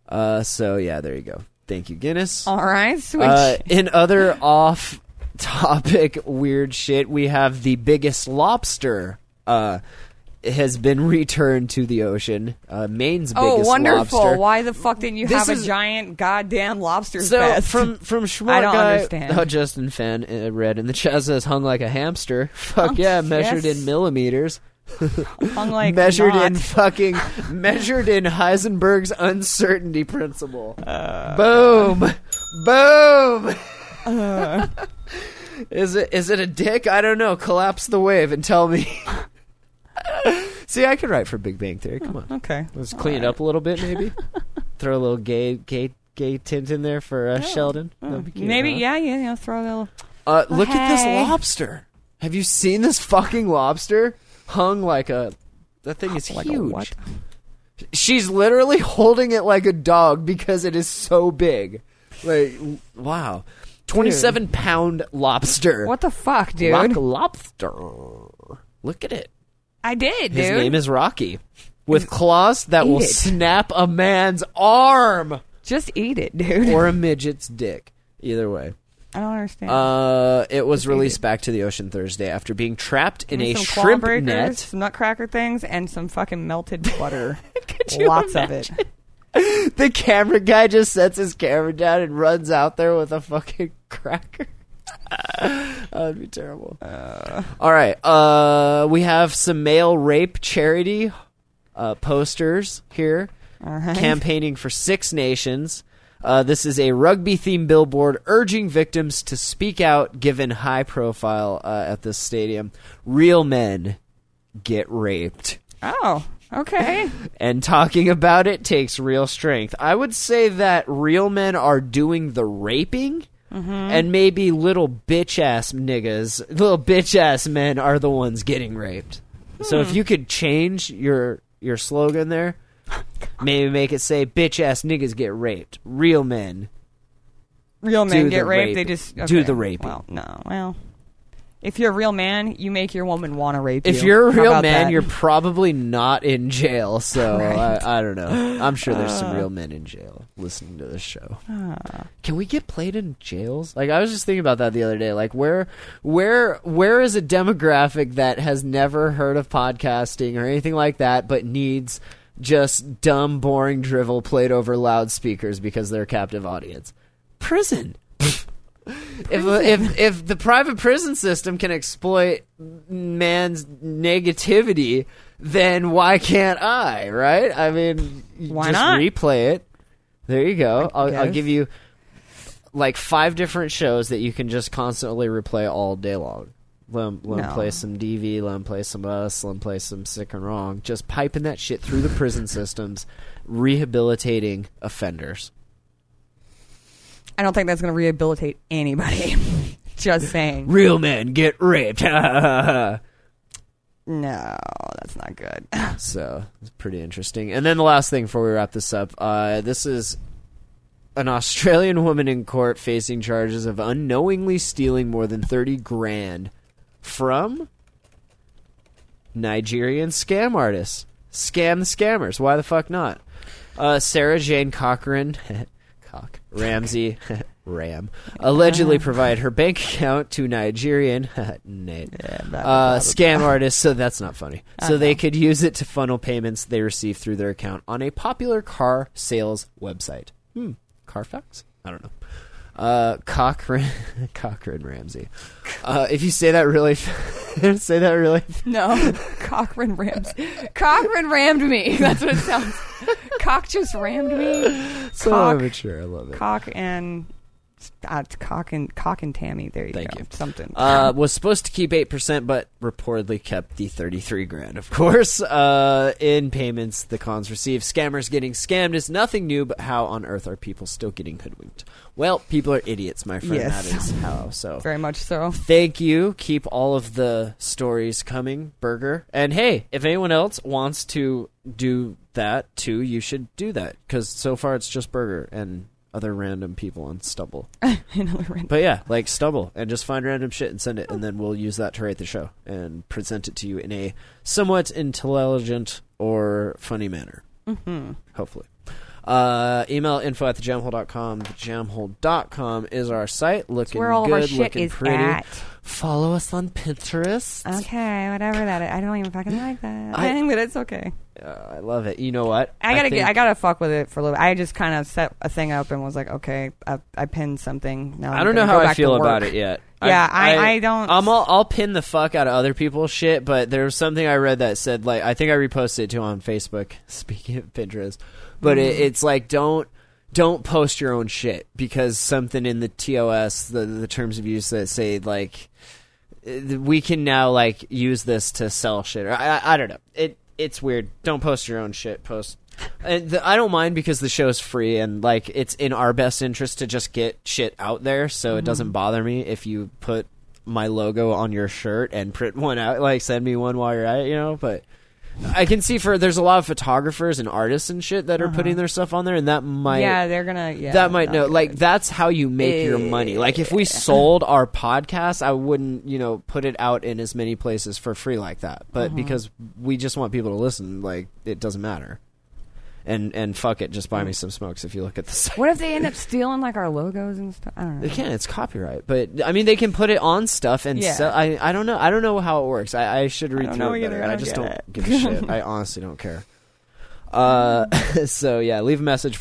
Speaker 1: uh so yeah there you go thank you guinness
Speaker 2: All right. Switch.
Speaker 1: uh, in other off topic weird shit we have the biggest lobster uh has been returned to the ocean uh maine's
Speaker 2: oh,
Speaker 1: biggest
Speaker 2: wonderful!
Speaker 1: lobster
Speaker 2: Why the fuck didn't you
Speaker 1: This
Speaker 2: have
Speaker 1: is-
Speaker 2: a giant goddamn lobster
Speaker 1: So
Speaker 2: fest?
Speaker 1: from from Schmort
Speaker 2: I don't
Speaker 1: guy,
Speaker 2: understand.
Speaker 1: Oh, Justin Fan uh, read in the chat says hung like a hamster. Fuck yeah, measured
Speaker 2: Oh, yes.
Speaker 1: in millimeters.
Speaker 2: hung like
Speaker 1: measured
Speaker 2: not.
Speaker 1: in fucking measured in Heisenberg's uncertainty principle.
Speaker 2: Uh,
Speaker 1: Boom, boom.
Speaker 2: Uh.
Speaker 1: is it is it a dick? I don't know. Collapse the wave and tell me. See, I could write for Big Bang Theory. Come on.
Speaker 2: Okay.
Speaker 1: Let's clean it up a little bit, maybe. Throw a little gay, gay, gay tint in there for uh, Sheldon. That'd be cute,
Speaker 2: Oh. Mm. Maybe
Speaker 1: huh?
Speaker 2: yeah, yeah, yeah. Throw a little.
Speaker 1: Uh, look at this
Speaker 2: Hey.
Speaker 1: lobster. Have you seen this fucking lobster? Hung like a. That thing is
Speaker 2: Like a
Speaker 1: huge.
Speaker 2: what?
Speaker 1: She's literally holding it like a dog because it is so big. Like w- wow, twenty-seven pound lobster.
Speaker 2: What the fuck, dude?
Speaker 1: Rock lobster? Look at it.
Speaker 2: I did, dude.
Speaker 1: His name is Rocky, with claws that will
Speaker 2: Eat it.
Speaker 1: snap a man's arm
Speaker 2: Just eat it, dude.
Speaker 1: or a midget's dick. Either way.
Speaker 2: I don't understand.
Speaker 1: Uh, it was released back to the ocean Thursday after being trapped in a
Speaker 2: some claw
Speaker 1: shrimp
Speaker 2: breakers,
Speaker 1: net.
Speaker 2: some nutcracker things, and some fucking melted butter.
Speaker 1: Could you
Speaker 2: Lots of it.
Speaker 1: imagine? the camera guy just sets his camera down and runs out there with a fucking cracker. that would be terrible. All right, uh, we have some male rape charity uh, posters here, campaigning for Six Nations. Uh, this is a rugby themed billboard urging victims to speak out given high profile uh, at this stadium. Real men get raped
Speaker 2: Oh, okay.
Speaker 1: and talking about it takes real strength. I would say that real men are doing the raping, and maybe little bitch ass niggas, little bitch ass men are the ones getting raped. So if you could change your your slogan there, maybe make it say bitch ass niggas get raped, real men.
Speaker 2: Real men
Speaker 1: the
Speaker 2: get
Speaker 1: rape.
Speaker 2: raped. They just
Speaker 1: Do
Speaker 2: okay.
Speaker 1: the raping.
Speaker 2: Well, no. Well, if you're a real man, you make your woman want to rape you.
Speaker 1: If you're a
Speaker 2: How
Speaker 1: real
Speaker 2: about
Speaker 1: man,
Speaker 2: that?
Speaker 1: you're probably not in jail. So uh,
Speaker 2: Right. Uh.
Speaker 1: I, I don't know. I'm sure there's some real men in jail listening to this show.
Speaker 2: Ah.
Speaker 1: Can we get played in jails? Like I was just thinking about that the other day. Like where, where, where is a demographic that has never heard of podcasting or anything like that, but needs just dumb, boring drivel played over loudspeakers because they're a captive audience? Prison. If, uh, if if the private prison system can exploit man's negativity, then why can't I? Right? I mean, you
Speaker 2: Why
Speaker 1: just
Speaker 2: not?
Speaker 1: replay it. There you go. I'll, I'll
Speaker 2: guess.
Speaker 1: give you like five different shows that you can just constantly replay all day long. Let 'em- let 'em
Speaker 2: No.
Speaker 1: play some DV, let 'em play some us, let 'em play some sick and wrong. Just piping that shit through the prison systems, rehabilitating offenders.
Speaker 2: I don't think that's going to rehabilitate anybody. Just saying.
Speaker 1: Real men get raped.
Speaker 2: No, that's not good.
Speaker 1: So it's pretty interesting. And then the last thing before we wrap this up, uh, this is an Australian woman in court facing charges of unknowingly stealing more than thirty grand from Nigerian scam artists. Scam the scammers. Why the fuck not? Uh, Sarah Jane Cochran, Cock Ramsey, Ram, allegedly provide her bank account to Nigerian Nate uh, scam artists. So that's not funny. So they could use it to funnel payments they receive through their account on a popular car sales website. Hmm. Carfax? I don't know. Uh, Cochran, Cochran Ramsey. Uh, if you say that really, f- say that really
Speaker 2: No, Cochran rammed. Cochran rammed me. That's what it sounds. Cock just rammed me.
Speaker 1: so
Speaker 2: Cock.
Speaker 1: immature. I love it.
Speaker 2: Cock and uh, cock and cock and Tammy. There you
Speaker 1: Thank
Speaker 2: go.
Speaker 1: you.
Speaker 2: Something.
Speaker 1: Uh, was supposed to keep eight percent, but reportedly kept the thirty-three grand. Of course, uh, in payments the cons receive. Scammers getting scammed is nothing new, but how on earth are people still getting hoodwinked? Well, people are idiots, my friend.
Speaker 2: Yes.
Speaker 1: That is how. So
Speaker 2: Very much so.
Speaker 1: thank you. Keep all of the stories coming, Burger. And hey, if anyone else wants to do that too, you should do that because so far it's just Burger and other random people on Stubble.
Speaker 2: Another random-
Speaker 1: But yeah, like stumble and just find random shit and send it, and then we'll use that to rate the show and present it to you in a somewhat intelligent or funny manner. Mm-hmm. Hopefully. Uh, email info at thejamhole.com. Thejamhole.com is our site. Looking
Speaker 2: where all of
Speaker 1: good,
Speaker 2: our shit
Speaker 1: looking
Speaker 2: is
Speaker 1: pretty.
Speaker 2: at. Uh,
Speaker 1: Follow us on Pinterest.
Speaker 2: Okay, whatever that. Is. I don't even fucking like that.
Speaker 1: I-
Speaker 2: I think that it's okay.
Speaker 1: Uh, I love it. You know what?
Speaker 2: I gotta
Speaker 1: think-
Speaker 2: get, I gotta fuck with it for a little. bit. I just kind of set a thing up and was like, okay, I, I pinned something. Now
Speaker 1: I
Speaker 2: I'm
Speaker 1: don't know
Speaker 2: gonna
Speaker 1: how
Speaker 2: go
Speaker 1: I
Speaker 2: back to
Speaker 1: feel about
Speaker 2: work.
Speaker 1: it yet.
Speaker 2: Yeah, I- I don't-
Speaker 1: I'm all, I'll pin the fuck out of other people's shit, but there was something I read that said like I think I reposted it too on Facebook. Speaking of Pinterest, but
Speaker 2: Mm-hmm.
Speaker 1: it, it's like don't don't post your own shit because something in the TOS the the terms of use that say like uh, we can now like use this to sell shit. Or I, I I don't know. It it's weird. Don't post your own shit. Post. And the, I don't mind because the show's free and like it's in our best interest to just get shit out there. So it doesn't bother me if you put my logo on your shirt and print one out. Like send me one while you're at it, you know. But I can see for there's a lot of photographers and artists and shit that are putting their stuff on there, and that might
Speaker 2: Yeah, they're gonna. Yeah,
Speaker 1: that might
Speaker 2: not
Speaker 1: know
Speaker 2: good. Eh.
Speaker 1: like that's how you make your money like if we sold our podcast i wouldn't you know put it out in as many places for free like that but
Speaker 2: Uh-huh.
Speaker 1: because we just want people to listen like it doesn't matter and and fuck it just buy
Speaker 2: Mm.
Speaker 1: me some smokes if you look at the site
Speaker 2: What if they end up stealing like our logos and stuff? I don't
Speaker 1: they
Speaker 2: know.
Speaker 1: can it's copyright but i mean they can put it on stuff and
Speaker 2: Yeah.
Speaker 1: sell i i don't know i don't know how it works i, I should read
Speaker 2: don't
Speaker 1: through
Speaker 2: know
Speaker 1: it
Speaker 2: either.
Speaker 1: better
Speaker 2: I
Speaker 1: i
Speaker 2: don't
Speaker 1: just
Speaker 2: get
Speaker 1: don't
Speaker 2: it.
Speaker 1: give a shit i honestly don't care Uh, so yeah, leave a message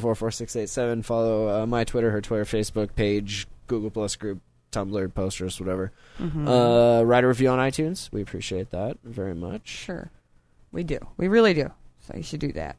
Speaker 1: 406-204-4687. Follow uh, my Twitter, her Twitter, Facebook page, Google Plus group, Tumblr, posters, whatever.
Speaker 2: Mm-hmm.
Speaker 1: Uh, write a review on iTunes. We appreciate that very much.
Speaker 2: Sure. We do. We really do. So you should do that.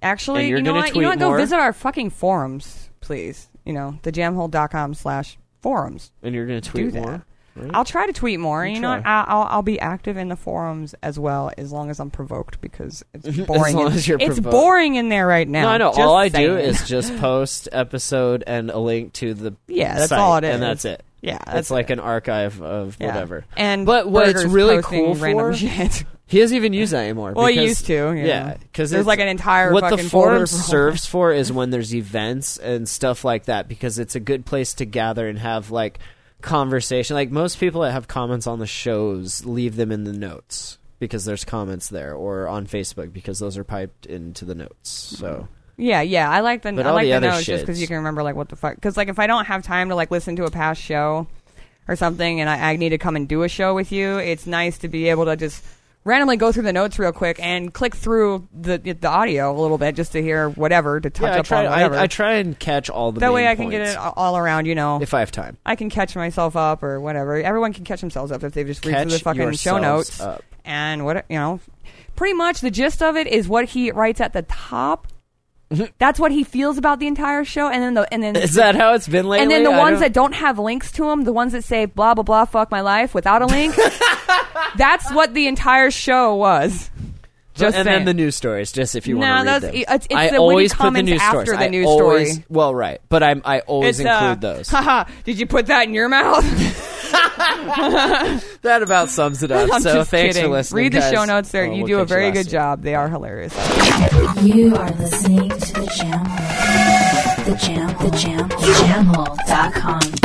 Speaker 2: Actually,
Speaker 1: And you're
Speaker 2: you know
Speaker 1: gonna
Speaker 2: what? You know
Speaker 1: tweet
Speaker 2: what? Go
Speaker 1: more?
Speaker 2: visit our fucking forums, please. You know, thejamhole.com slash forums.
Speaker 1: And you're gonna tweet
Speaker 2: Do that.
Speaker 1: more. right?
Speaker 2: I'll try to tweet more.
Speaker 1: You
Speaker 2: You, know, what?
Speaker 1: try.
Speaker 2: I'll, I'll, I'll be active in the forums as well, as long as I'm provoked because it's boring.
Speaker 1: long
Speaker 2: in-
Speaker 1: as you're
Speaker 2: it's
Speaker 1: provoked.
Speaker 2: boring in there right now.
Speaker 1: No, I know.
Speaker 2: Just
Speaker 1: All I do
Speaker 2: saying.
Speaker 1: is just post episode and a link to the
Speaker 2: Yeah, that's
Speaker 1: site,
Speaker 2: all it is.
Speaker 1: and that's it.
Speaker 2: Yeah,
Speaker 1: it's
Speaker 2: that's
Speaker 1: like
Speaker 2: it.
Speaker 1: an archive of
Speaker 2: Yeah.
Speaker 1: whatever.
Speaker 2: And
Speaker 1: But what it's
Speaker 2: Burger's
Speaker 1: really
Speaker 2: posting
Speaker 1: cool
Speaker 2: random
Speaker 1: for-
Speaker 2: shit.
Speaker 1: He doesn't even use that anymore.
Speaker 2: Well, he
Speaker 1: because-
Speaker 2: used to, yeah.
Speaker 1: yeah, because
Speaker 2: There's like an entire
Speaker 1: what the
Speaker 2: fucking folder
Speaker 1: forum
Speaker 2: for all that.
Speaker 1: serves for is when there's events and stuff like that because it's a good place to gather and have like conversation. Like most people that have comments on the shows leave them in the notes because there's comments there or on Facebook because those are piped into the notes. So
Speaker 2: Yeah, yeah, I like the
Speaker 1: But
Speaker 2: I
Speaker 1: all
Speaker 2: like
Speaker 1: the
Speaker 2: the,
Speaker 1: other
Speaker 2: notes just because
Speaker 1: shits.
Speaker 2: you can remember like what the fuck. Because like if I don't have time to like listen to a past show or something, and I, I need to come and do a show with you, it's nice to be able to just randomly go through the notes real quick and click through the the audio a little bit just to hear whatever to touch
Speaker 1: yeah, I
Speaker 2: up
Speaker 1: try
Speaker 2: on whatever.
Speaker 1: I, I try and catch all the
Speaker 2: that way
Speaker 1: main
Speaker 2: I can get
Speaker 1: points
Speaker 2: it a- all around. You know,
Speaker 1: if I have time.
Speaker 2: I can catch myself up or whatever. Everyone can catch themselves up if they just read through the
Speaker 1: Catch
Speaker 2: fucking show
Speaker 1: yourselves
Speaker 2: notes
Speaker 1: up.
Speaker 2: and what you know. Pretty much the gist of it is what he writes at the top. That's what he feels about the entire show, and then the and then
Speaker 1: Is that how it's been lately?
Speaker 2: and then the
Speaker 1: I
Speaker 2: ones
Speaker 1: don't-
Speaker 2: that don't have links to them, the ones that say blah blah blah, fuck my life without a link. that's what the entire show was. Just
Speaker 1: and
Speaker 2: saying.
Speaker 1: then the news stories, just if you
Speaker 2: No,
Speaker 1: want to read
Speaker 2: that's- e,
Speaker 1: them.
Speaker 2: it's- it's
Speaker 1: I
Speaker 2: the- when he
Speaker 1: always put the
Speaker 2: comments
Speaker 1: news
Speaker 2: after
Speaker 1: stories.
Speaker 2: the
Speaker 1: I
Speaker 2: news
Speaker 1: always-
Speaker 2: story. uh,
Speaker 1: Well, right, but I'm, I always include those.
Speaker 2: Haha! Did you put that in your mouth?
Speaker 1: that about sums it up.
Speaker 2: I'm
Speaker 1: so
Speaker 2: just
Speaker 1: thanks
Speaker 2: kidding.
Speaker 1: for listening.
Speaker 2: Read the
Speaker 1: guys.
Speaker 2: show notes there.
Speaker 1: Oh,
Speaker 2: you
Speaker 1: we'll
Speaker 2: do a
Speaker 1: catch you
Speaker 2: very
Speaker 1: last
Speaker 2: good
Speaker 1: week.
Speaker 2: job. They are hilarious.
Speaker 4: You are listening to the Jam Hole. The Jam, the Jam, the Jam Hole dot com.